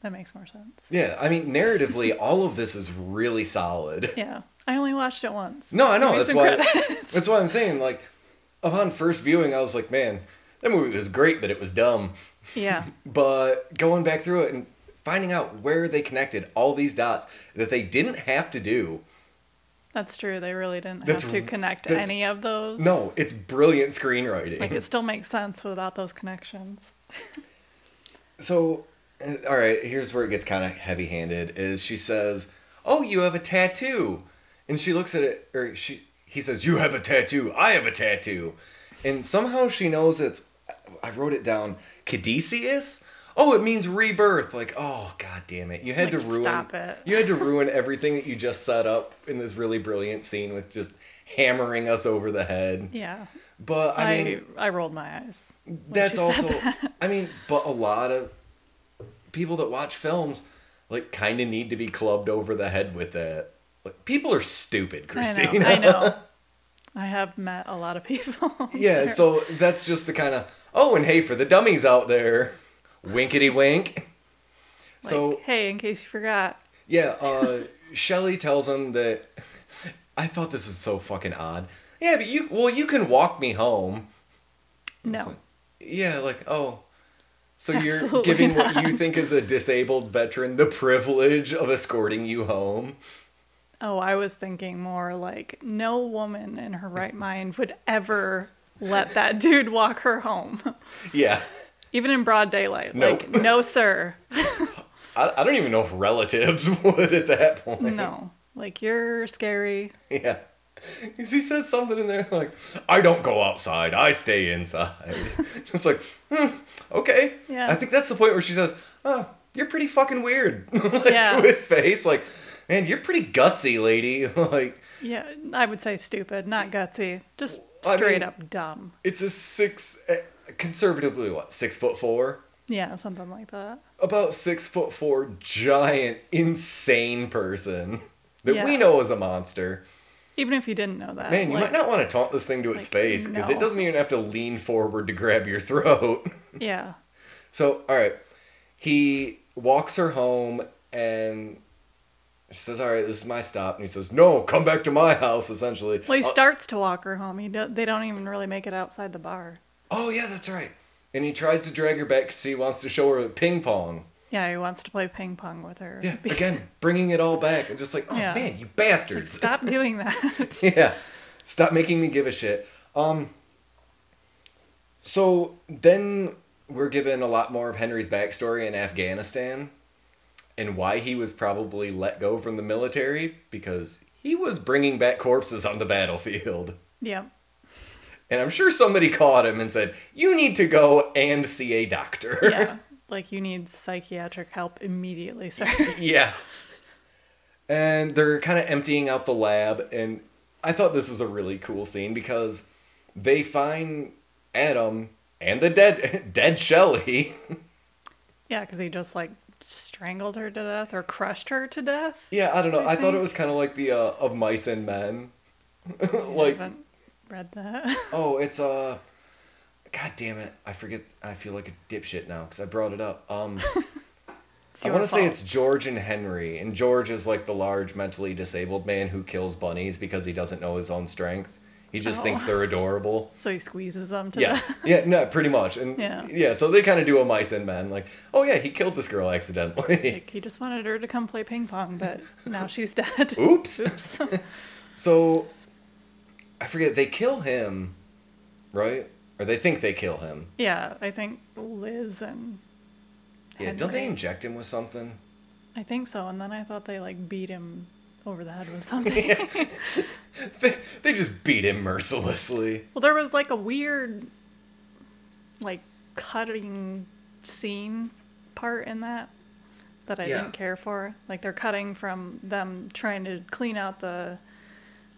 S2: That makes more sense.
S3: Yeah, I mean narratively all of this is really solid.
S2: Yeah. I only watched it once.
S3: No, I know.
S2: Give
S3: That's
S2: me
S3: why
S2: some credit.
S3: That's why I'm saying like upon first viewing I was like, man, that movie was great, but it was dumb.
S2: yeah.
S3: But going back through it and finding out where they connected all these dots that they didn't have to do.
S2: That's true. They really didn't
S3: That's
S2: have to
S3: r-
S2: connect
S3: that's-
S2: any of those.
S3: No, it's brilliant screenwriting.
S2: Like, it still makes sense without those connections.
S3: So, uh, all right, here's where it gets kind of heavy-handed. Is she says, "Oh, you have a tattoo," and she looks at it, or she he says, "You have a tattoo. I have a tattoo," and somehow she knows it's. I wrote it down. Cadesius. Oh, it means rebirth. Like, oh god damn it! You had
S2: Like,
S3: to ruin.
S2: stop it.
S3: You had to ruin everything that you just set up in this really brilliant scene with just hammering us over the head.
S2: Yeah.
S3: But I,
S2: I,
S3: mean,
S2: I rolled my eyes. when
S3: that's
S2: she said
S3: also i mean but a lot of people that watch films like kind of need to be clubbed over the head with that. Like people are stupid,
S2: I
S3: Christina.
S2: know. I know. I have met a lot of people.
S3: yeah, so that's just the kind of oh, and hey for the dummies out there, winkety wink.
S2: Like,
S3: so
S2: hey, in case you forgot,
S3: yeah, uh, Shelley tells him that I thought this was so fucking odd. Yeah, but you well, you can walk me home. It's
S2: no,
S3: like, yeah, like oh. So you're
S2: Absolutely
S3: giving what you
S2: not.
S3: think is a disabled veteran the privilege of escorting you home.
S2: Oh, I was thinking more like no woman in her right mind would ever let that dude walk her home,
S3: Yeah.
S2: even in broad daylight. Like,
S3: Nope.
S2: no, sir.
S3: I, I don't even know if relatives would at that point.
S2: No. Like, you're scary.
S3: Yeah. 'Cause he says something in there like, I don't go outside, I stay inside. Just like, hmm, okay.
S2: Yeah.
S3: I think that's the point where she says, Oh, you're pretty fucking weird. like,
S2: Yeah.
S3: To his face, like, man, you're pretty gutsy, lady. like,
S2: Yeah, I would say stupid, not gutsy. Just
S3: I mean-
S2: straight up dumb.
S3: it's a six, eh, conservatively, what, six foot four?
S2: Yeah, something like that.
S3: About six foot four, giant, insane person that we
S2: Yeah.
S3: know is a monster.
S2: Even if you didn't know that.
S3: Man, you might
S2: like-
S3: not want to taunt this thing to its
S2: like,
S3: face because it
S2: no.
S3: doesn't even have to lean forward to grab your throat.
S2: Yeah.
S3: So, all right. He walks her home and she says, All right, this is my stop. And he says, No, come back to my house, essentially.
S2: Well, he
S3: Uh,
S2: starts to walk her home. He do- they don't even really make it outside the bar.
S3: oh, yeah, that's right. And he tries to drag her back because he wants to show her ping pong.
S2: Yeah, he wants to play ping pong with her.
S3: Yeah, again, bringing it all back. And just like, Oh,
S2: Yeah.
S3: man, you bastards.
S2: Stop doing that.
S3: yeah. Stop making me give a shit. Um so then we're given a lot more of Henry's backstory in Afghanistan and why he was probably let go from the military because he was bringing back corpses on the battlefield.
S2: yeah.
S3: And I'm sure somebody caught him and said, "You need to go and see a doctor."
S2: yeah like you need psychiatric help immediately sir
S3: yeah. And they're kind of emptying out the lab, and I thought this was a really cool scene because they find Adam and the dead dead Shelley.
S2: yeah because he just like strangled her to death or crushed her to death
S3: yeah, I don't know. I,
S2: I
S3: thought it
S2: think-
S3: was kind of like the uh, of mice and men. like,
S2: i haven't read that
S3: oh, it's uh, god damn it, I forget. I feel like a dipshit now because I brought it up. Um.
S2: It's
S3: I
S2: your
S3: want to say
S2: fault.
S3: it's George and Henry, and George is like the large mentally disabled man who kills bunnies because he doesn't know his own strength. He just
S2: Oh.
S3: thinks they're adorable.
S2: so he squeezes them to
S3: Yes.
S2: death
S3: Yeah, no, pretty much. And yeah,
S2: Yeah.
S3: so they kind of do a mice and men like, "Oh yeah, he killed this girl accidentally."
S2: like, he just wanted her to come play ping pong but now she's dead
S3: Oops.
S2: oops
S3: so I forget they kill him, right? Or they think they kill him.
S2: yeah i think liz and
S3: Yeah, don't they
S2: Henry.
S3: inject him with something?
S2: i think so and then i thought they like beat him over the head with something
S3: They, they just beat him mercilessly.
S2: Well, there was like a weird, like cutting scene part in that that I
S3: Yeah.
S2: didn't care for. Like they're cutting from them trying to clean out the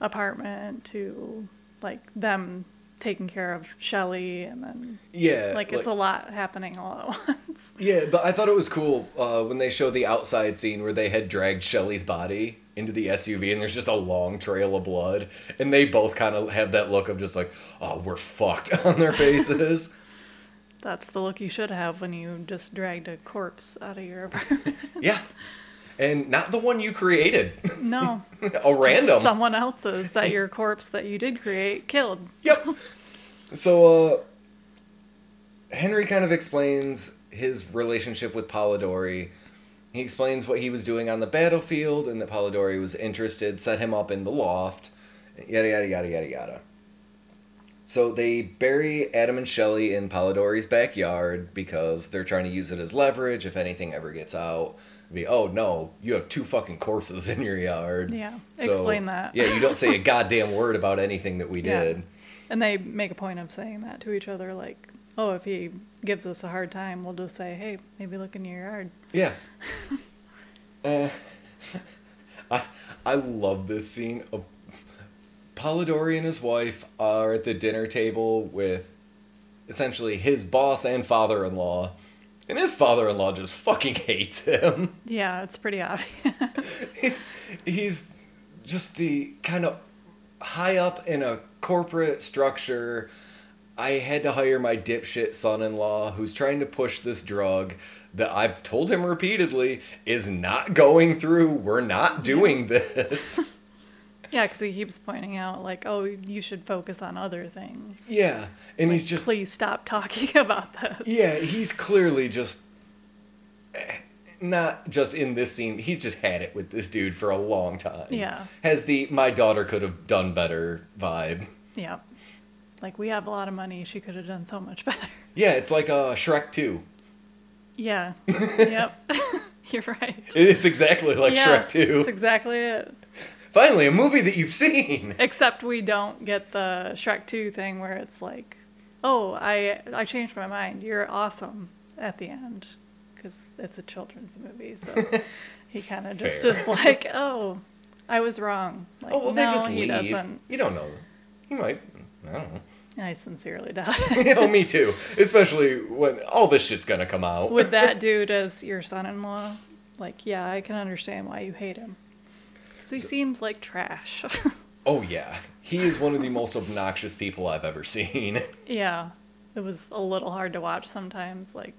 S2: apartment to like them taking care of Shelly, and then
S3: Yeah.
S2: like it's a lot happening all at once.
S3: Yeah, but I thought it was cool uh, when they show the outside scene where they had dragged Shelly's body into the SUV and there's just a long trail of blood. And they both kind of have that look of just like, oh, we're fucked on their faces.
S2: That's the look you should have when you just dragged a corpse out of your apartment.
S3: yeah. And not the one you created.
S2: no, it's just
S3: random.
S2: someone else's that your corpse that you did create killed.
S3: yep. So, uh, Henry kind of explains his relationship with Polidori. He explains what he was doing on the battlefield and that Polidori was interested, set him up in the loft, yada, yada, yada, yada, yada. So they bury Adam and Shelley in Polidori's backyard because they're trying to use it as leverage if anything ever gets out. It'd Be, oh no, you have two fucking corpses in your yard.
S2: Yeah, explain that.
S3: Yeah, you don't say a goddamn word about anything that we
S2: Yeah.
S3: did.
S2: And they make a point of saying that to each other, like, oh, if he gives us a hard time, we'll just say, hey, maybe look in your yard.
S3: Yeah. uh, I I love this scene. Of Polidori and his wife are at the dinner table with essentially his boss and father-in-law, And his father in law just fucking hates him.
S2: Yeah, it's pretty obvious.
S3: He's just the kind of high up in a corporate structure. I had to hire my dipshit son in law who's trying to push this drug that I've told him repeatedly is not going through. We're not doing this.
S2: yeah, because he keeps pointing out, like, oh, you should focus on other things.
S3: Yeah. And he's
S2: Like,
S3: just
S2: Please stop talking about this.
S3: Yeah, he's clearly just eh, not just in this scene. He's just had it with this dude for a long time.
S2: Yeah.
S3: Has the my daughter could have done better vibe.
S2: Yeah. Like, we have a lot of money. She could have done so much better.
S3: Yeah, it's like uh, Shrek 2.
S2: Yeah. yep. You're right.
S3: It's exactly like
S2: yeah,
S3: Shrek 2.
S2: That's exactly it.
S3: Finally, a movie that you've seen.
S2: Except we don't get the Shrek 2 thing where it's like, oh, I, I changed my mind. You're awesome at the end. Because it's a children's movie. So he kind of just
S3: Fair.
S2: is like, oh, I was wrong. Like,
S3: Oh, well,
S2: no,
S3: they just
S2: he
S3: leave.
S2: doesn't.
S3: You don't know. He might. I don't know.
S2: I sincerely doubt it.
S3: oh, me too. Especially when all this shit's gonna come out.
S2: With that dude as your son in law, like, yeah, I can understand why you hate him. Because he seems like trash.
S3: oh, yeah. He is one of the most obnoxious people I've ever seen.
S2: yeah. It was a little hard to watch sometimes. Like,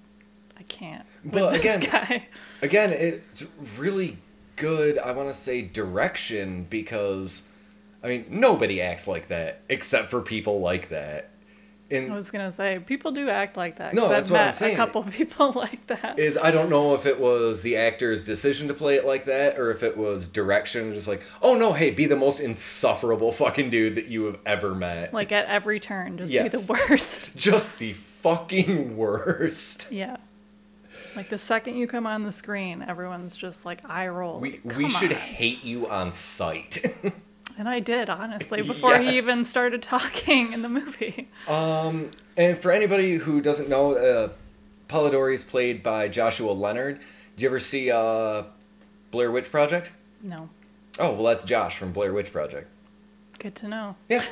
S2: I can't. with
S3: But
S2: this
S3: again,
S2: guy.
S3: again it's really good i want to say direction because i mean nobody acts like that except for people like that
S2: I
S3: and
S2: was gonna say people do act like that.
S3: No, that's
S2: 'cause I've
S3: what I'm
S2: met
S3: saying.
S2: A couple people like that.
S3: is i don't know if it was the actor's decision to play it like that or if it was direction just like oh no hey be the most insufferable fucking dude that you have ever met
S2: like at every turn, just be
S3: Yes.
S2: the worst.
S3: just the fucking worst
S2: Yeah. Like the second you come on the screen, everyone's just like eye roll.
S3: we,
S2: like,
S3: we
S2: Oh, "Come
S3: should
S2: on."
S3: hate you on sight
S2: And I did honestly before
S3: Yes.
S2: he even started talking in the movie.
S3: Um, and for anybody who doesn't know, uh, Polidori is played by Joshua Leonard. Did you ever see uh, Blair Witch Project?
S2: No,
S3: Oh, well, that's Josh from Blair Witch Project.
S2: good to know.
S3: Yeah,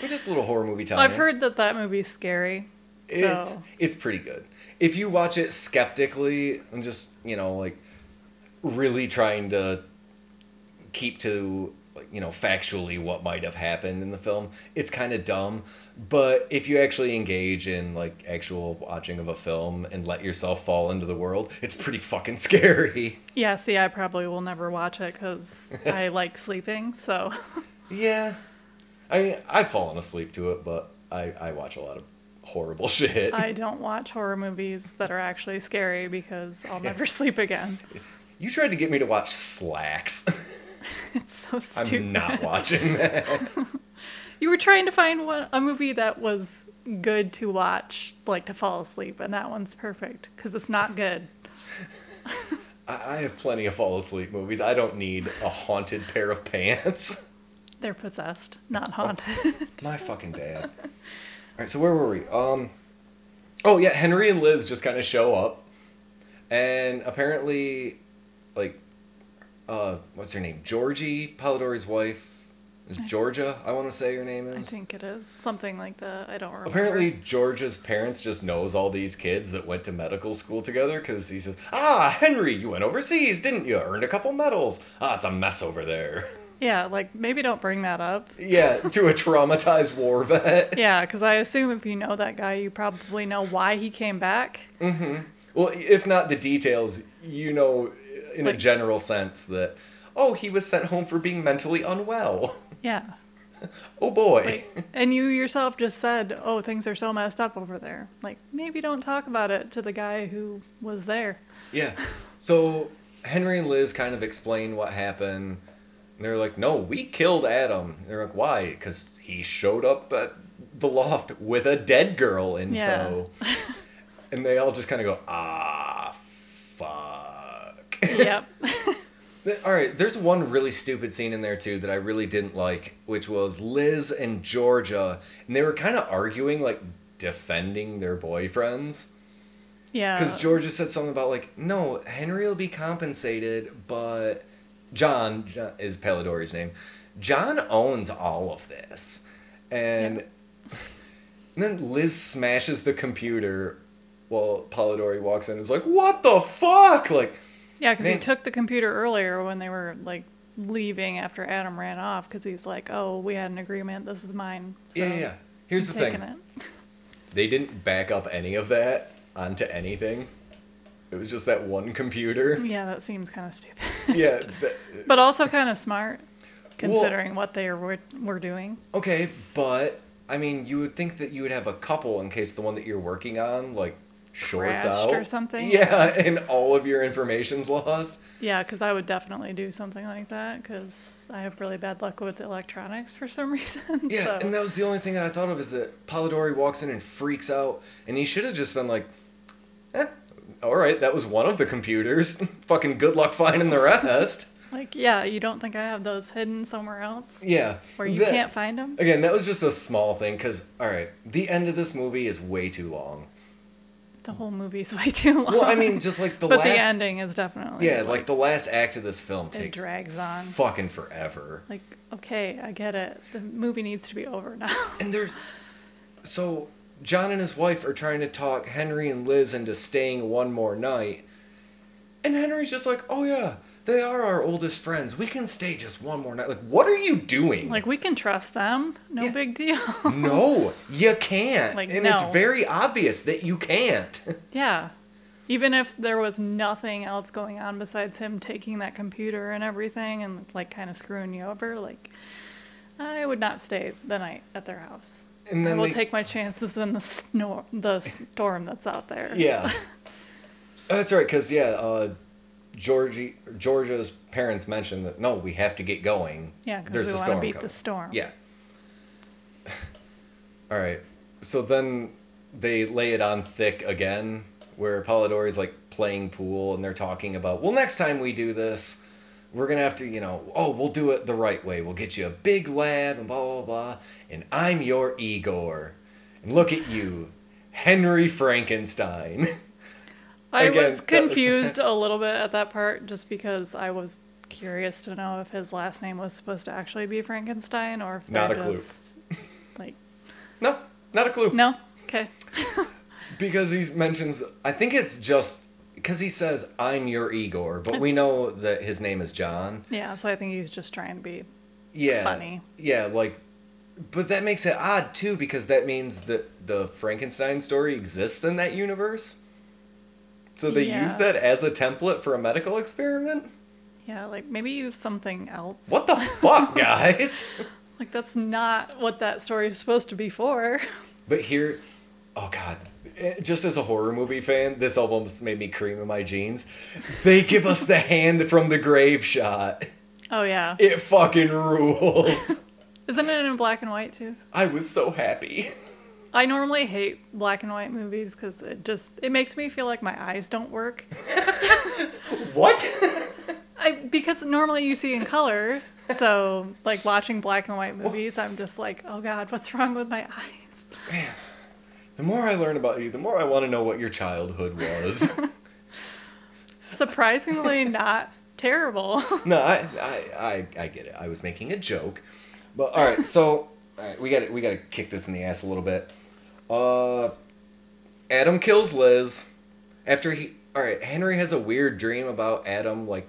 S3: We're just a little horror movie time.
S2: I've heard that that movie's scary. So
S3: it's it's pretty good. If you watch it skeptically and just you know like really trying to keep to like you know factually what might have happened in the film, it's kind of dumb. But if you actually engage in like actual watching of a film and let yourself fall into the world, it's pretty fucking scary.
S2: yeah, see, I probably will never watch it because I like sleeping. So
S3: Yeah, I mean I've fallen asleep to it, but I I watch a lot of horrible shit.
S2: I don't watch horror movies that are actually scary because I'll never sleep again.
S3: you tried to get me to watch Slacks.
S2: So
S3: I'm
S2: stupid.
S3: not watching that.
S2: You were trying to find one, a movie that was good to watch, like to fall asleep, and that one's perfect because it's not good.
S3: I I have plenty of fall asleep movies. I don't need a haunted pair of pants.
S2: They're possessed, not haunted.
S3: My fucking dad. All right, so where were we? Um, oh yeah, Henry and Liz just kind of show up, and apparently, like, uh, what's her name? Georgie Polidori's wife is Georgia. I want to say her name
S2: I
S3: is.
S2: think it is something like that. I don't remember.
S3: Apparently, Georgia's parents just knows all these kids that went to medical school together because he says, "Ah, Henry, you went overseas, didn't you? Earned a couple medals. Ah, it's a mess over there."
S2: yeah, like maybe don't bring that up.
S3: Yeah, to a traumatized war vet.
S2: Yeah, because I assume if you know that guy, you probably know why he came back.
S3: Well, if not the details, you know, in a
S2: Like-
S3: general sense that, oh, he was sent home for being mentally unwell.
S2: Yeah.
S3: Oh boy.
S2: Like, and you yourself just said, "Oh, things are so messed up over there." Like, maybe don't talk about it to the guy who was there.
S3: Yeah. So Henry and Liz kind of explain what happened. And they're like, no, we killed Adam. And they're like, why? Because he showed up at the loft with a dead girl in
S2: Yeah.
S3: tow. and they all just kind of go, ah, fuck.
S2: yep.
S3: Th- All right, there's one really stupid scene in there too that I really didn't like, which was Liz and Georgia, and they were kind of arguing, like defending their boyfriends.
S2: Yeah.
S3: Because Georgia said something about, like, no, Henry will be compensated, but John, John is Pelidori's name. John owns all of this. And, and then Liz smashes the computer while Polidori walks in and is like, "What the fuck?" Like,
S2: Yeah, because he
S3: Man.
S2: took the computer earlier when they were like leaving after Adam ran off because he's like, oh, we had an agreement. This is mine. So
S3: yeah, yeah, yeah. Here's the thing:
S2: taking it.
S3: they didn't back up any of that onto anything. It was just that one computer.
S2: Yeah, that seems kind of stupid,
S3: yeah. th-
S2: but also kind of smart considering what they were were doing.
S3: okay, but I mean, you would think that you would have a couple in case the one that you're working on like shorts
S2: Crashed
S3: out
S2: or something?
S3: Yeah, and all of your information's lost.
S2: Yeah, because I would definitely do something like that because I have really bad luck with electronics for some reason.
S3: Yeah,
S2: so.
S3: and that was the only thing that I thought of is that Polidori walks in and freaks out, and he should have just been like, eh, all right, that was one of the computers. Fucking good luck finding the rest.
S2: like, yeah, you don't think I have those hidden somewhere else
S3: yeah.
S2: where you
S3: that-
S2: can't find them?
S3: Again, that was just a small thing because, all right, the end of this movie is way too long.
S2: The whole movie's way too long.
S3: Well, I mean, just like the
S2: but
S3: last.
S2: the ending is definitely
S3: yeah, like, the last act of this film
S2: it
S3: takes
S2: drags on.
S3: fucking forever.
S2: Like, okay, I get it. The movie needs to be over now.
S3: And there's so John and his wife are trying to talk Henry and Liz into staying one more night. And Henry's just like, "Oh yeah, they are our oldest friends. We can stay just one more night." Like, what are you doing?
S2: like we can trust them. No
S3: Yeah.
S2: big deal.
S3: no, you can't.
S2: Like,
S3: and it's
S2: no.
S3: very obvious that you can't.
S2: yeah. Even if there was nothing else going on besides him taking that computer and everything and like kind of screwing you over, like I would not stay the night at their house.
S3: And
S2: I
S3: then
S2: will
S3: they-
S2: take my chances in the snor- the storm that's out there.
S3: Yeah. That's right, because yeah, uh, Georgie Georgia's parents mentioned that no, we have to get going.
S2: Yeah, 'cause
S3: There's
S2: we
S3: a
S2: wanna
S3: storm
S2: beat the
S3: coming."
S2: storm.
S3: Yeah. All right. So then they lay it on thick again, where Polidori's like playing pool, and they're talking about, well, next time we do this, we're gonna have to, you know, oh, we'll do it the right way. We'll get you a big lab and blah blah blah. And I'm your Igor, and look at you, Henry Frankenstein.
S2: I
S3: Again,
S2: was
S3: that was-
S2: confused a little bit at that part just because I was curious to know if his last name was supposed to actually be Frankenstein or if
S3: Not
S2: they're
S3: a clue.
S2: just like
S3: No, not a clue.
S2: no, okay.
S3: Because he mentions, I think it's just because he says, I'm your Igor, but we know that his name is John.
S2: Yeah, so I think he's just trying to be
S3: Yeah.
S2: Funny.
S3: Yeah, like, but that makes it odd too because that means that the Frankenstein story exists in that universe. So they
S2: Yeah.
S3: use that as a template for a medical experiment?
S2: yeah, like maybe use something else.
S3: What the fuck, guys?
S2: Like that's not what that story is supposed to be for.
S3: But here, oh god, eh, just as a horror movie fan, this almost made me cream in my jeans. They give us the hand from the grave shot.
S2: Oh yeah.
S3: It fucking rules.
S2: Isn't it in black and white too?
S3: I was so happy.
S2: I normally hate black and white movies cuz it just it makes me feel like my eyes don't work.
S3: What?
S2: I because normally you see in color. So like watching black and white movies, I'm just like, "Oh god, what's wrong with my eyes?"
S3: The more I learn about you, the more I want to know what your childhood was.
S2: Surprisingly not terrible.
S3: no, I, I, I, I get it. I was making a joke. But all right, so all right, we got we got to kick this in the ass a little bit. Uh, Adam kills Liz after he. All right, Henry has a weird dream about Adam like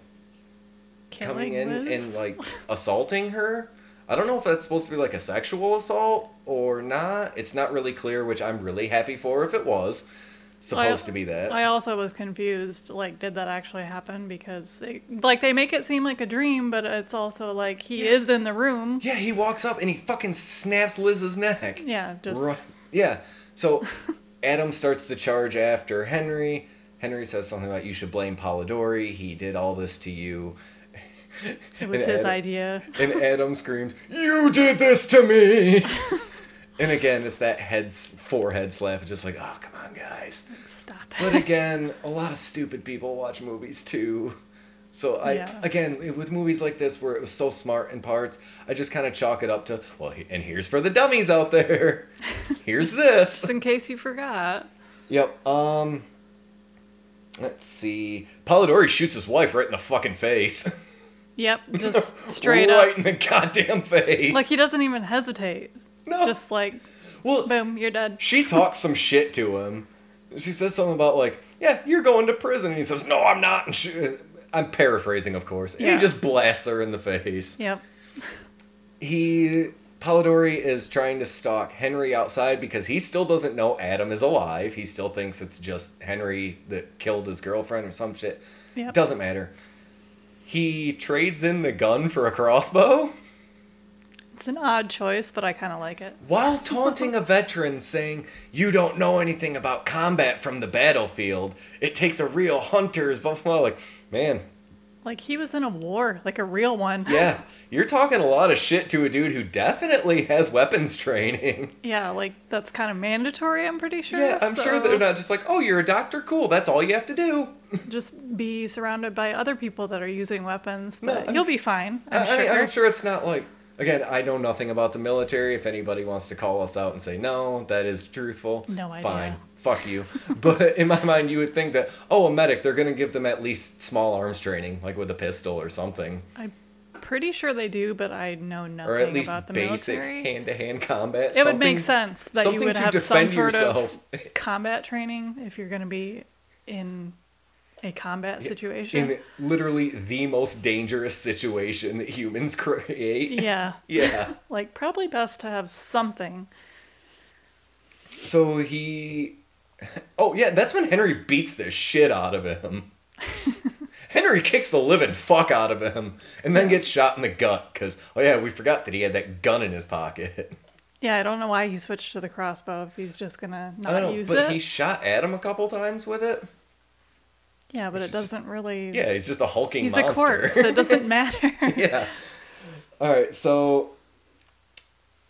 S3: coming
S2: Killing
S3: in
S2: Liz.
S3: and like assaulting her. I don't know if that's supposed to be like a sexual assault or not. It's not really clear, which I'm really happy for if it was supposed to be that.
S2: I also was confused. Like, did that actually happen? Because they, like, they make it seem like a dream, but it's also like he
S3: Yeah.
S2: is in the room.
S3: yeah, he walks up and he fucking snaps Liz's neck.
S2: Yeah, just
S3: Right. Yeah. So Adam starts the charge after Henry. Henry says something like, "You should blame Polidori. He did all this to you."
S2: it was
S3: And
S2: his
S3: Adam-
S2: idea.
S3: And Adam screams, "You did this to me!" and again, it's that head s- forehead slap. Just like, "Oh, come on, guys."
S2: Stop
S3: But
S2: it.
S3: again, a lot of stupid people watch movies too. So I
S2: Yeah.
S3: again with movies like this where it was so smart in parts, I just kind of chalk it up to well, he- and here's for the dummies out there. Here's this.
S2: just in case you forgot.
S3: Yep. Um. Let's see. Polidori shoots his wife right in the fucking face.
S2: Yep, just straight
S3: right
S2: up.
S3: in the goddamn face.
S2: Like he doesn't even hesitate.
S3: no.
S2: Just like,
S3: well,
S2: boom, you're dead.
S3: she talks some shit to him, She says something about like, "Yeah, you're going to prison," and he says, "No, I'm not." And she, I'm paraphrasing, of course. And
S2: Yeah.
S3: he just blasts her in the face.
S2: Yep.
S3: He Polidori is trying to stalk Henry outside because he still doesn't know Adam is alive. He still thinks it's just Henry that killed his girlfriend or some shit.
S2: Yep.
S3: Doesn't matter. He trades in the gun for a crossbow.
S2: It's an odd choice, but I kind of like it.
S3: While taunting a veteran saying, You don't know anything about combat from the battlefield. It takes a real hunter's blah blah blah," like, man,
S2: Like he was in a war, like a real one.
S3: yeah, you're talking a lot of shit to a dude who definitely has weapons training.
S2: Yeah, like that's kind of mandatory, I'm pretty sure.
S3: yeah, I'm sure
S2: so
S3: they're not just like, Oh, you're a doctor, cool, that's all you have to do.
S2: Just be surrounded by other people that are using weapons,
S3: No,
S2: but
S3: I'm-
S2: you'll be fine. I'm
S3: I- I
S2: sure.
S3: mean, I'm sure it's not like again, I know nothing about the military. If anybody wants to call us out and say no, that is truthful.
S2: No idea.
S3: Fine. Fuck you. but in my mind, you would think that oh, a medic, they're gonna give them at least small arms training, like with a pistol or something,
S2: I'm pretty sure they do, but I know nothing
S3: or at least
S2: about the
S3: basic
S2: military.
S3: hand-to-hand combat.
S2: it would make
S3: something-
S2: sense that you
S3: something
S2: would
S3: to
S2: have some
S3: defend
S2: sort
S3: yourself.
S2: of combat training if you're going to be in a combat situation.
S3: in literally the most dangerous situation that humans create.
S2: yeah.
S3: yeah.
S2: Like probably best to have something.
S3: So he. Oh, yeah, that's when Henry beats the shit out of him. Henry kicks the living fuck out of him and then gets shot in the gut because, oh, yeah, we forgot that he had that gun in his pocket.
S2: Yeah, I don't know why he switched to the crossbow if he's just going to
S3: I
S2: not
S3: don't know,
S2: use
S3: but
S2: it.
S3: he shot Adam a couple times with it.
S2: yeah, but
S3: it's
S2: it
S3: just-
S2: doesn't really
S3: Yeah, he's just a hulking
S2: He's
S3: monster.
S2: a corpse. It doesn't matter.
S3: yeah. All right, so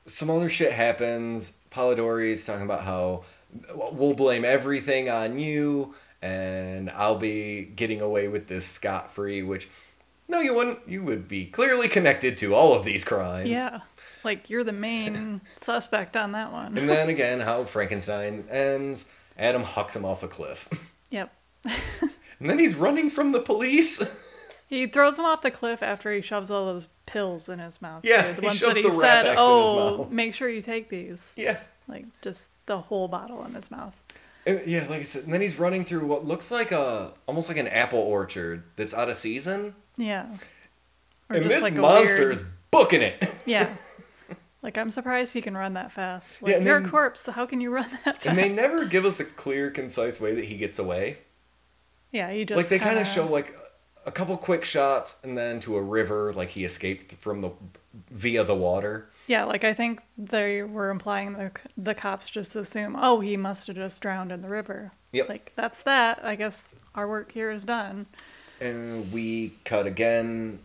S3: some other shit happens. Polidori is talking about how we'll blame everything on you, and I'll be getting away with this scot free. Which, no, you wouldn't. You would be clearly connected to all of these crimes.
S2: yeah. Like you're the main suspect on that one.
S3: And then again, how Frankenstein ends. Adam hucks him off a cliff,
S2: Yep.
S3: and then he's running from the police.
S2: He throws him off the cliff after he shoves all those pills in his mouth.
S3: Yeah,
S2: too. the
S3: he
S2: ones
S3: shoves
S2: that he
S3: the
S2: said,
S3: Rapex in his
S2: "Oh,
S3: mouth."
S2: make sure you take these."
S3: yeah.
S2: Like just the whole bottle in his mouth.
S3: And, yeah, like I said, and then he's running through what looks like a almost like an apple orchard that's out of season.
S2: Yeah. Or
S3: and
S2: just
S3: this
S2: like a
S3: monster
S2: weird-
S3: is booking it.
S2: Yeah. Like I'm surprised he can run that fast. Like
S3: Yeah, and
S2: you're
S3: then-
S2: a corpse. How can you run that fast?
S3: and they never give us a clear, concise way that he gets away.
S2: yeah, you just
S3: like they kind of show like a couple quick shots and then to a river, like he escaped from the via the water.
S2: Yeah, like I think they were implying the the cops just assume, oh, he must have just drowned in the river.
S3: Yep.
S2: Like that's that. I guess our work here is done.
S3: And we cut again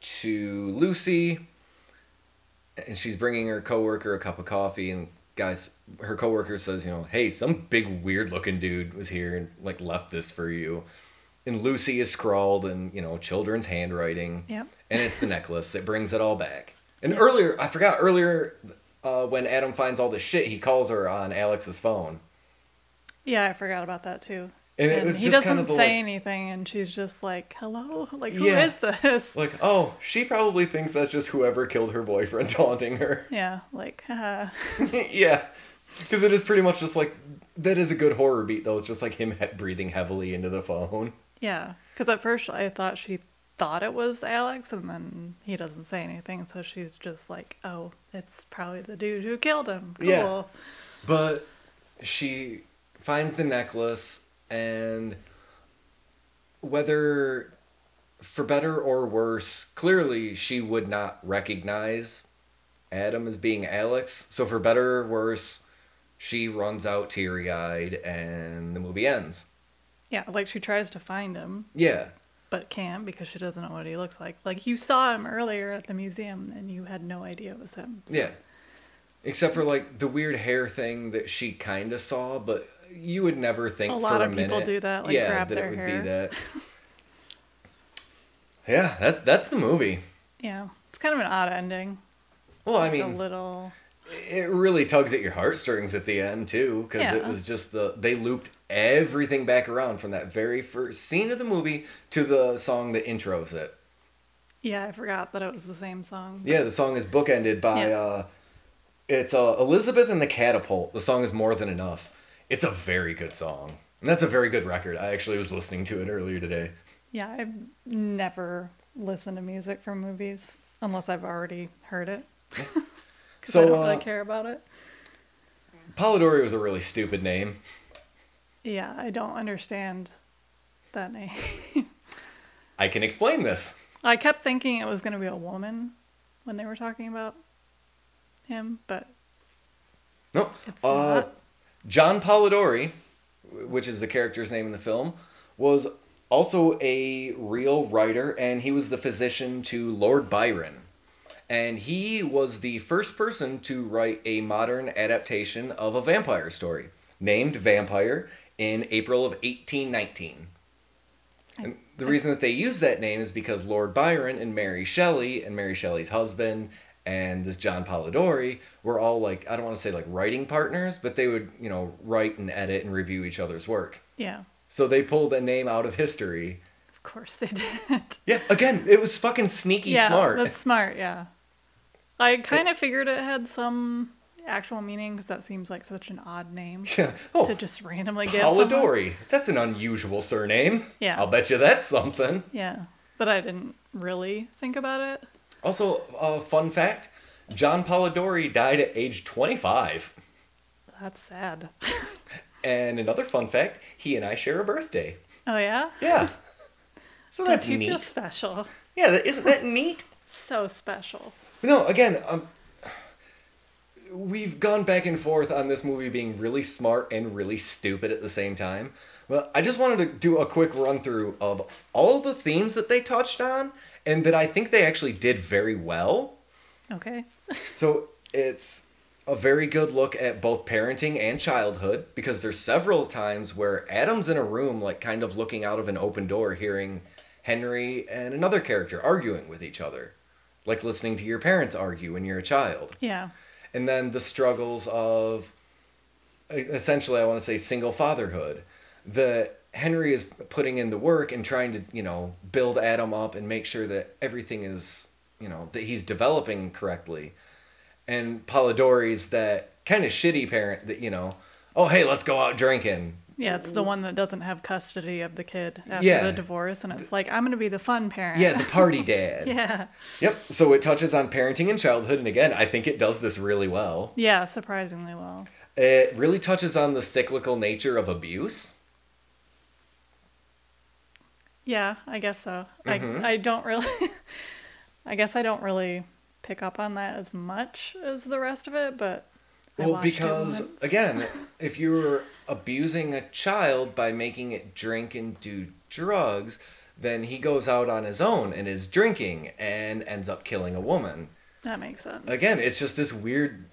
S3: to Lucy, and she's bringing her coworker a cup of coffee. And guys, her coworker says, you know, hey, some big weird looking dude was here and like left this for you. And Lucy is scrawled in you know children's handwriting.
S2: Yep.
S3: and it's the necklace that brings it all back. And earlier, I forgot earlier uh, when Adam finds all this shit, he calls her on Alex's phone.
S2: Yeah, I forgot about that too.
S3: And it was
S2: he
S3: just
S2: doesn't
S3: kind of the,
S2: say
S3: like-
S2: anything, and she's just like, "Hello, like who is
S3: Yeah.
S2: this?"
S3: Like, oh, she probably thinks that's just whoever killed her boyfriend taunting her.
S2: yeah, like, haha.
S3: yeah, because it is pretty much just like that is a good horror beat though. It's just like him he- breathing heavily into the phone.
S2: yeah. Because at first I thought she thought it was Alex, and then he doesn't say anything, so she's just like, "Oh, it's probably the dude who killed him." Cool.
S3: Yeah. But she finds the necklace, and whether for better or worse, clearly she would not recognize Adam as being Alex. So, for better or worse, she runs out teary eyed, and the movie ends.
S2: Yeah, like she tries to find him,
S3: Yeah.
S2: but can't because she doesn't know what he looks like. Like you saw him earlier at the museum and you had no idea it was him. So-
S3: Yeah. Except for like the weird hair thing that she kind of saw, but you would never think
S2: A
S3: for
S2: lot
S3: a
S2: of people
S3: minute,
S2: do that, like,
S3: yeah,
S2: grab
S3: that
S2: their
S3: it would
S2: hair.
S3: be that. yeah, that's that's the movie.
S2: Yeah. It's kind of an odd ending.
S3: Well, I
S2: a
S3: mean,
S2: little
S3: it really tugs at your heartstrings at the end too, because it
S2: Yeah.
S3: was just the they looped everything back around from that very first scene of the movie to the song that intros it.
S2: Yeah, I forgot that it was the same song.
S3: Yeah, the song is bookended by
S2: Yeah.
S3: uh, it's uh, Elizabeth and the Catapult. The song is more than enough, It's a very good song. And that's a very good record. I actually was listening to it earlier today.
S2: Yeah, I've never listened to music from movies unless I've already heard it. Because
S3: So,
S2: I don't
S3: uh,
S2: really care about it.
S3: Polidori was a really stupid name.
S2: Yeah, I don't understand that name.
S3: I can explain this.
S2: I kept thinking it was going to be a woman when they were talking about him, but
S3: No.
S2: It's
S3: Uh,
S2: not.
S3: John Polidori, w- which is the character's name in the film, was also a real writer and he was the physician to Lord Byron. And he was the first person to write a modern adaptation of a vampire story named Vampire in April of 1819. And the reason that they use that name is because Lord Byron and Mary Shelley and Mary Shelley's husband and this John Polidori were all like I don't want to say like writing partners, but they would, you know, write and edit and review each other's work.
S2: yeah,
S3: So they pulled a name out of history.
S2: of course they did.
S3: Yeah, again, it was fucking sneaky
S2: yeah,
S3: smart.
S2: that's smart, yeah. I kind of figured it had some actual meaning because that seems like such an odd name
S3: oh,
S2: to just randomly give someone.
S3: Polidori. That's an unusual surname.
S2: Yeah.
S3: I'll bet you that's something.
S2: Yeah, but I didn't really think about it.
S3: Also, a fun fact, John Polidori died at age 25.
S2: That's sad.
S3: And another fun fact, he and I share a birthday.
S2: Oh yeah,
S3: Yeah. So that's
S2: Makes you
S3: neat.
S2: feel special.
S3: Yeah, that, isn't that neat?
S2: So special.
S3: No, again, um, we've gone back and forth on this movie being really smart and really stupid at the same time. Well, I just wanted to do a quick run through of all the themes that they touched on and that I think they actually did very well.
S2: Okay.
S3: So it's a very good look at both parenting and childhood because there's several times where Adam's in a room, like kind of looking out of an open door, hearing Henry and another character arguing with each other, like listening to your parents argue when you're a child.
S2: Yeah.
S3: And then the struggles of e- essentially, I want to say, single fatherhood. The Henry is putting in the work and trying to, you know, build Adam up and make sure that everything is, you know, that he's developing correctly and Polidori's that kind of shitty parent that you know, oh hey, let's go out drinking.
S2: Yeah, it's the one that doesn't have custody of the kid after
S3: Mm. Yeah.
S2: the divorce, and it's like I'm gonna be the fun parent.
S3: Yeah, the party dad.
S2: yeah.
S3: Yep. So it touches on parenting and childhood, and again, I think it does this really well.
S2: Yeah, surprisingly well.
S3: It really touches on the cyclical nature of abuse.
S2: Yeah, I guess so.
S3: Mm-hmm.
S2: I I don't really. I guess I don't really pick up on that as much as the rest of it, but I
S3: Well,
S2: watched it
S3: because
S2: once.
S3: again, if you're abusing a child by making it drink and do drugs, then he goes out on his own and is drinking and ends up killing a woman.
S2: that makes sense.
S3: Again, it's just this weird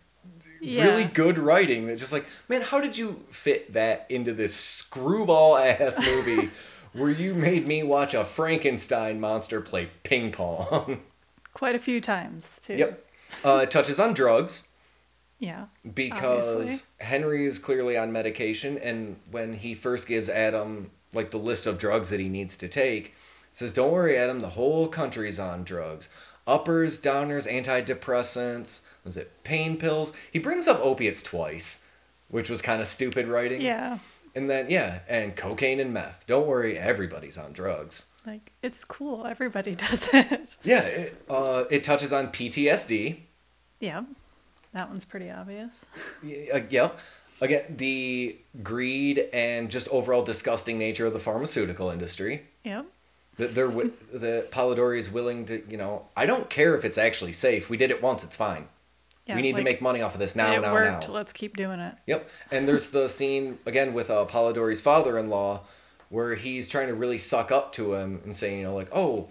S2: yeah.
S3: really good writing that just like man how did you fit that into this screwball ass movie where you made me watch a frankenstein monster play ping pong
S2: Quite a few times too.
S3: yep uh, it touches on drugs
S2: Yeah.
S3: because
S2: Obviously.
S3: henry is clearly on medication and when he first gives adam like the list of drugs that he needs to take says don't worry adam the whole country's on drugs uppers downers antidepressants was it pain pills he brings up opiates twice which was kind of stupid writing
S2: Yeah.
S3: and then yeah, and cocaine and meth. Don't worry, everybody's on drugs.
S2: Like it's cool. Everybody does it.
S3: Yeah, it, uh, it touches on PTSD.
S2: Yeah. That one's pretty obvious.
S3: Y- uh, Yep. Again, the greed and just overall disgusting nature of the pharmaceutical industry.
S2: Yep.
S3: That they're wi- the Polidori is willing to, you know, I don't care if it's actually safe. We did it once; it's fine.
S2: Yeah,
S3: we need to
S2: like,
S3: make money off of this now,
S2: it
S3: now,
S2: worked.
S3: now.
S2: Let's keep doing it.
S3: Yep. And there's the scene again with uh, Polidori's father-in-law, where he's trying to really suck up to him and saying, you know, like, oh,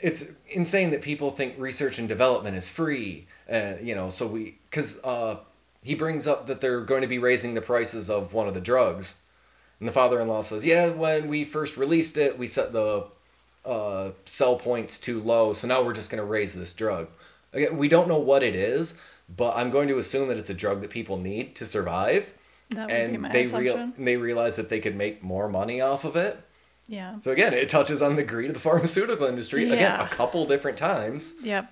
S3: it's insane that people think research and development is free. Uh, you know, so we because uh, he brings up that they're going to be raising the prices of one of the drugs, and the father-in-law says, yeah, when we first released it, we set the uh, sell points too low, so now we're just going to raise this drug. Again, we don't know what it is, but I'm going to assume that it's a drug that people need to survive.
S2: That would
S3: and
S2: be my
S3: they
S2: assumption.
S3: and they realize that they could make more money off of it.
S2: Yeah.
S3: So again, it touches on the greed of the pharmaceutical industry again
S2: Yeah.
S3: a couple different times.
S2: Yep.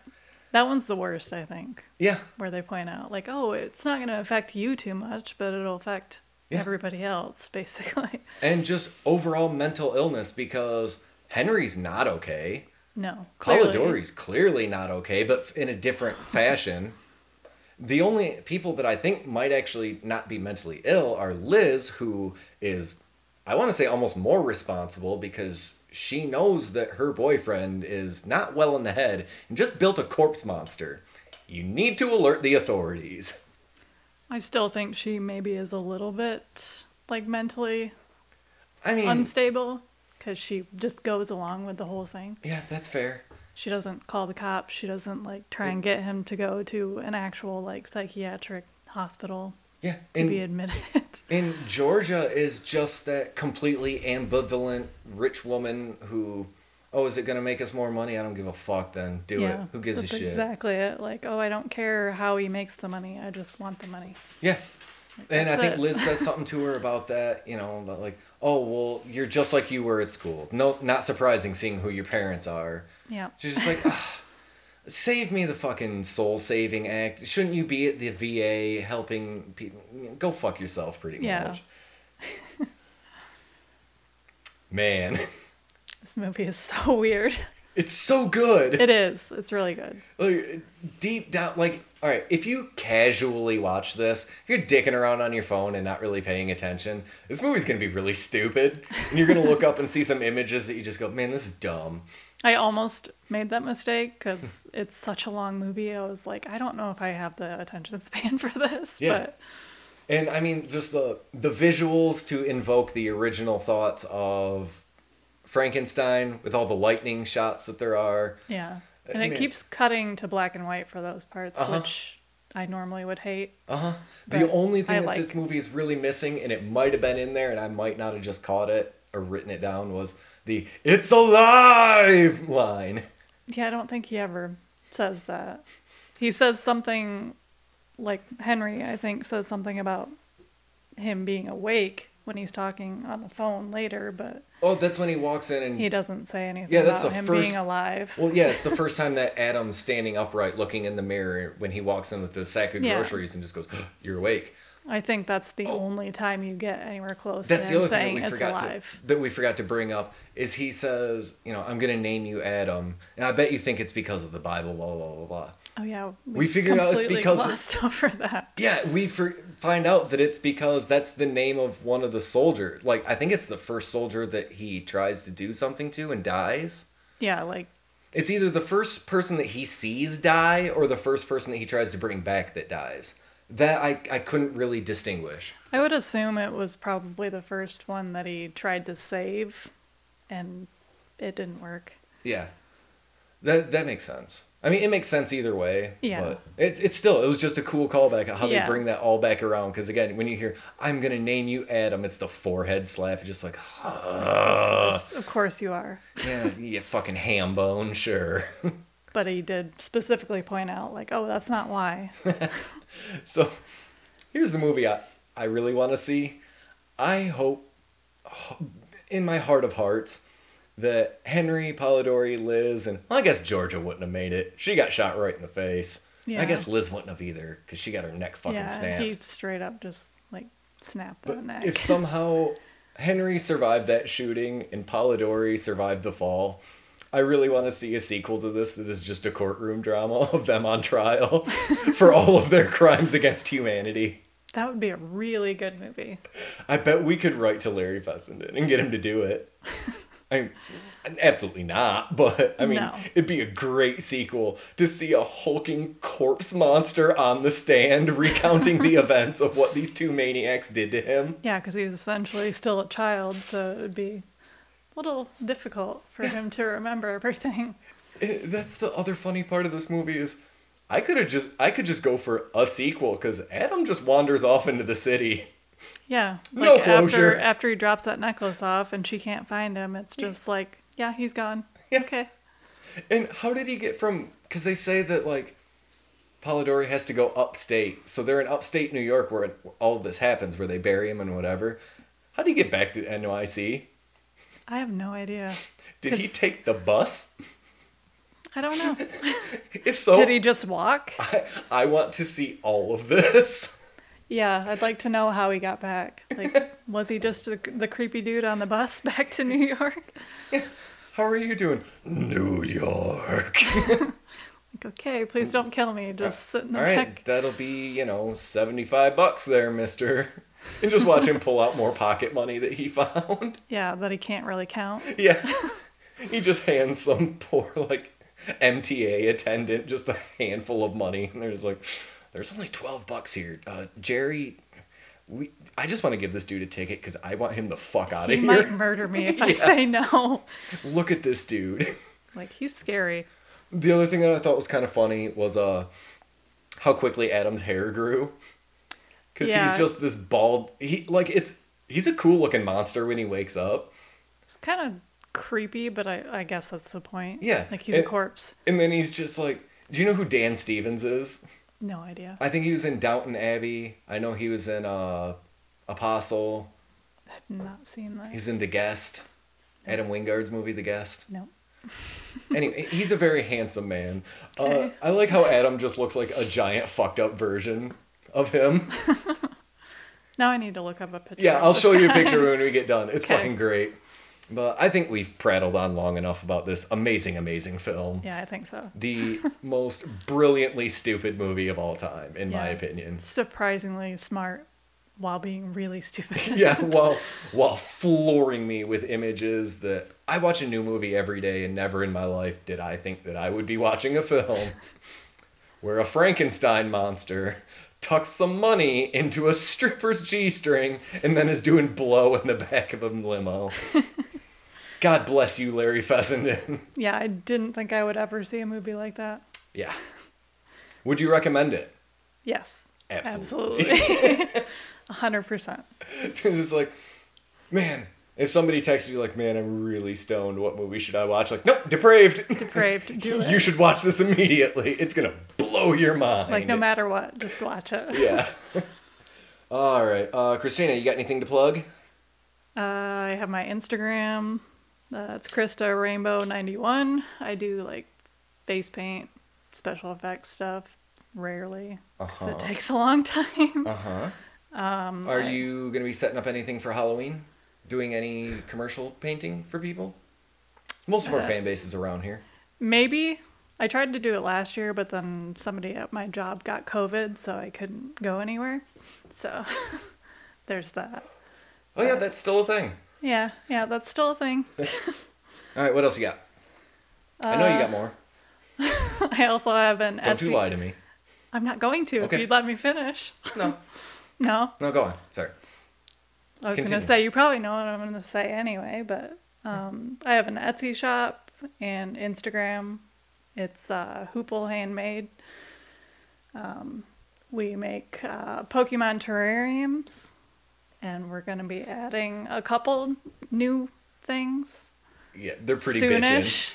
S2: That one's the worst, I think,
S3: Yeah,
S2: where they point out like, "Oh, it's not going to affect you too much, but it'll affect
S3: Yeah.
S2: everybody else, basically.
S3: and just overall mental illness because Henry's not okay.
S2: No. clearly.
S3: Polidori's clearly not okay, but in a different fashion. The only people that I think might actually not be mentally ill are Liz, who is, I want to say, almost more responsible because she knows that her boyfriend is not well in the head and just built a corpse monster. You need to alert the authorities.
S2: I still think she maybe is a little bit like mentally
S3: I mean,
S2: unstable because she just goes along with the whole thing.
S3: yeah, that's fair.
S2: She doesn't call the cops. She doesn't like try
S3: Mm.
S2: and get him to go to an actual like psychiatric hospital
S3: Yeah,
S2: to
S3: and-
S2: be admitted.
S3: And Georgia is just that completely ambivalent rich woman who, oh, is it going to make us more money? I don't give a fuck then. Do it. Who gives a
S2: that's
S3: shit?
S2: Exactly it. Like, oh, I don't care how he makes the money. I just want the money.
S3: Yeah. And I
S2: That's
S3: think
S2: it.
S3: Liz says something to her about that, you know, about like, oh, well, you're just like you were at school. No, not surprising seeing who your parents are.
S2: Yeah.
S3: She's just like, "Ugh, save me the fucking soul saving act. Shouldn't you be at the VA helping people? Go fuck yourself, pretty
S2: Yeah.
S3: much. Man,
S2: This movie is so weird.
S3: it's so good.
S2: It is. It's really good.
S3: like, deep down, like, all right, if you casually watch this, if you're dicking around on your phone and not really paying attention, this movie's gonna be really stupid. And you're gonna look up and see some images that you just go, man, this is dumb.
S2: I almost made that mistake because it's such a long movie. I was like, I don't know if I have the attention span for this,
S3: Yeah.
S2: but
S3: And I mean, just the the visuals to invoke the original thoughts of Frankenstein with all the lightning shots that there are.
S2: yeah.
S3: I
S2: And it
S3: mean-
S2: keeps cutting to black and white for those parts,
S3: Uh-huh.
S2: which I normally would hate.
S3: Uh huh.
S2: Right.
S3: The only thing
S2: I
S3: that
S2: like-
S3: this movie is really missing, and it might have been in there, and I might not have just caught it or written it down, was the "It's alive" line.
S2: Yeah, I don't think he ever says that. He says something like Henry, I think, says something about him being awake when he's talking on the phone later, but
S3: Oh, that's when he walks in and
S2: he doesn't say anything
S3: Mm. Yeah, that's
S2: about
S3: the
S2: him
S3: first-
S2: being alive.
S3: well, yeah, it's the first time that Adam's standing upright, looking in the mirror when he walks in with the sack of
S2: Yeah.
S3: groceries and just goes, "You're awake."
S2: I think that's the only time you get anywhere close
S3: Oh. That's
S2: to
S3: the
S2: him
S3: other
S2: saying
S3: thing that we
S2: it's
S3: forgot
S2: alive.
S3: to, that we forgot to bring up is he says, you know, I'm gonna name you Adam, and I bet you think it's because of the Bible, blah blah blah blah.
S2: Oh yeah,
S3: We figured out it's
S2: completely
S3: because of-
S2: glossed over that.
S3: Yeah, we for, find out that it's because that's the name of one of the soldiers. Like I think it's the first soldier that he tries to do something to and dies.
S2: Yeah, like
S3: It's either the first person that he sees die or the first person that he tries to bring back that dies. That I, I couldn't really distinguish.
S2: I would assume it was probably the first one that he tried to save, and it didn't work.
S3: Yeah. That that makes sense. I mean, it makes sense either way.
S2: Yeah.
S3: But it, it's still, it was just a cool callback how
S2: Yeah.
S3: they bring that all back around. Because again, when you hear, I'm going to name you Adam, it's the forehead slap. You're just like,
S2: of course you are.
S3: yeah, you fucking ham bone, sure.
S2: But he did specifically point out, like, oh, that's not why.
S3: So here's the movie I, I really want to see. I hope, in my heart of hearts, that Henry, Polidori, Liz, and well, I guess Georgia wouldn't have made it. She got shot right in the face.
S2: Yeah.
S3: I guess Liz wouldn't have either because she got her neck fucking
S2: yeah,
S3: snapped.
S2: he straight up just like snapped the neck.
S3: If somehow Henry survived that shooting and Polidori survived the fall, I really want to see a sequel to this that is just a courtroom drama of them on trial for all of their crimes against humanity.
S2: that would be a really good movie.
S3: I bet we could write to Larry Fessenden and get him to do it. I mean, absolutely not, but I mean,
S2: No.
S3: it'd be a great sequel to see a hulking corpse monster on the stand recounting the events of what these two maniacs did to him.
S2: Yeah, because he's essentially still a child, so it would be a little difficult for him to remember everything.
S3: It- Eh, that's the other funny part of this movie is I could have just I could just go for a sequel cuz Adam just wanders off into the city.
S2: Yeah, like
S3: No
S2: after
S3: closure.
S2: after he drops that necklace off and she can't find him, it's just like, yeah, he's gone.
S3: Yeah.
S2: Okay.
S3: And how did he get from? Because they say that like Polidori has to go upstate, so they're in upstate New York where it, all this happens, where they bury him and whatever. How did he get back to NYC?
S2: I have no idea.
S3: Did he
S2: Because-
S3: take the bus?
S2: I don't know.
S3: If so,
S2: Did he just walk?
S3: I, I want to see all of this.
S2: Yeah, I'd like to know how he got back. Like, was he just the, the creepy dude on the bus back to New York?
S3: How are you doing? New York.
S2: Like, okay, please don't kill me. Just sit in the
S3: Uh, All right,
S2: back.
S3: that'll be, you know, 75 bucks there, mister. And just watch him pull out more pocket money that he found.
S2: Yeah, that he can't really count.
S3: Yeah. He just hands some poor, like, MTA attendant just a handful of money. And there's like, there's only 12 bucks here. Uh, Jerry, we, I just want to give this dude a ticket because I want him the fuck out
S2: He
S3: of
S2: might
S3: here.
S2: murder me if I
S3: Yeah.
S2: say no.
S3: Look at this dude.
S2: Like, he's scary.
S3: The other thing that I thought was kind of funny was uh how quickly Adam's hair grew. Cuz
S2: Yeah.
S3: he's just this bald he like it's he's a cool looking monster when he wakes up.
S2: It's kind of creepy, but I, I guess that's the point.
S3: Yeah,
S2: Like, he's
S3: it-
S2: a corpse.
S3: And then he's just like do you know who Dan Stevens is?
S2: No idea. I
S3: I think he was in Downton Abbey. I know he was in uh Apostle.
S2: have not seen that.
S3: He's in The Guest. Adam Wingard's movie The Guest.
S2: No.
S3: Anyway, he's a very handsome man. Uh, I like how Adam just looks like a giant fucked up version of him.
S2: Now I need to look up a picture.
S3: Yeah,
S2: of
S3: I'll
S2: this
S3: show you a
S2: guy.
S3: picture when we get done. It's
S2: Okay.
S3: fucking great. But I think we've prattled on long enough about this amazing, amazing film.
S2: Yeah, I think so.
S3: The most brilliantly stupid movie of all time, in my
S2: Yeah.
S3: opinion.
S2: Surprisingly smart while being really stupid.
S3: Yeah, while while flooring me with images that I watch a new movie every day, and never in my life did I think that I would be watching a film where a Frankenstein monster tucks some money into a stripper's g-string and then is doing blow in the back of a limo. God bless you, Larry Fessenden.
S2: yeah, I didn't think I would ever see a movie like that.
S3: yeah. Would you recommend it?
S2: Yes.
S3: Absolutely.
S2: Absolutely. A 100%.
S3: it's like, man, if somebody texts you like, man, I'm really stoned. What movie should I watch? Like, nope, depraved.
S2: Depraved. Do it.
S3: you should watch this immediately. It's gonna blow your mind.
S2: like, no matter what, just watch it.
S3: Yeah. All right, uh, Christina, you got anything to plug?
S2: Uh, I have my Instagram. That's Krista Rainbow 91. I do like face paint, special effects stuff rarely because
S3: Uh-huh.
S2: it takes a long time.
S3: Uh huh. Um, Are you gonna be setting up anything for Halloween? Doing any commercial painting for people? Most
S2: Uh,
S3: of our fan base is around here.
S2: Maybe. I tried to do it last year, but then somebody at my job got COVID, so I couldn't go anywhere. So there's that.
S3: Oh
S2: uh,
S3: yeah, that's still a thing.
S2: Yeah, yeah, that's still a thing.
S3: All right, what else you got? I know you
S2: uh,
S3: got more.
S2: I also have an
S3: Don't
S2: Etsy.
S3: you lie to me.
S2: I'm not going to if
S3: Okay.
S2: you'd let me finish.
S3: No,
S2: No,
S3: no, go on. Sorry.
S2: I was going
S3: Continue.
S2: to say you probably know what I'm going to say anyway, but um, I have an Etsy shop and Instagram. It's uh, Hoople Handmade. Um, we make uh, Pokemon terrariums, and we're going to be adding a couple new things
S3: Yeah, they're pretty bitchin'.
S2: soonish.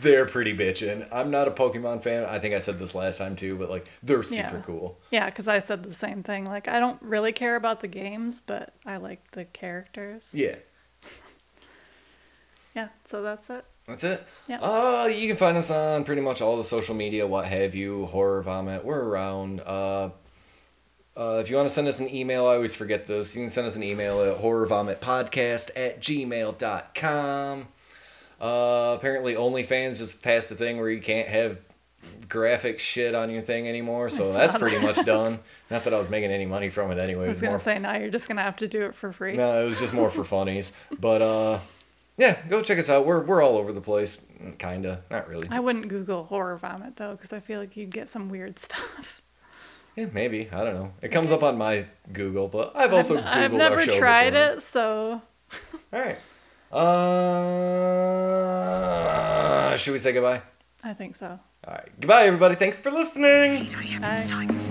S3: They're pretty bitchin'. I'm not a Pokemon fan. I think I said this last time too, but like they're super
S2: Yeah.
S3: cool.
S2: Yeah, because I said the same thing. Like, I don't really care about the games, but I like the characters.
S3: Yeah.
S2: Yeah, so that's it.
S3: That's it.
S2: Yep.
S3: Uh, you can find us on pretty much all the social media, what have you, horror vomit. We're around. Uh, uh, if you want to send us an email, I always forget this. You can send us an email at horrorvomitpodcast at gmail.com. Uh, apparently, OnlyFans just passed a thing where you can't have graphic shit on your thing anymore, so that's
S2: saw
S3: pretty much done. Not that I was making any money from it anyway.
S2: I
S3: It
S2: was
S3: was
S2: going
S3: more
S2: to say, now you're just going to have to do it for free.
S3: no, it was just more for funnies. But uh yeah, go check us out. We're we're all over the place, kinda. Not really.
S2: I wouldn't Google horror vomit though, because I feel like you'd get some weird stuff.
S3: Yeah, maybe. I don't know. It comes up on my Google, but I've also Googled
S2: I've
S3: our
S2: never
S3: show
S2: tried
S3: before.
S2: it, so
S3: All right. Uh, should we say goodbye?
S2: I think so.
S3: All right. Goodbye, everybody. Thanks for listening.
S2: Bye.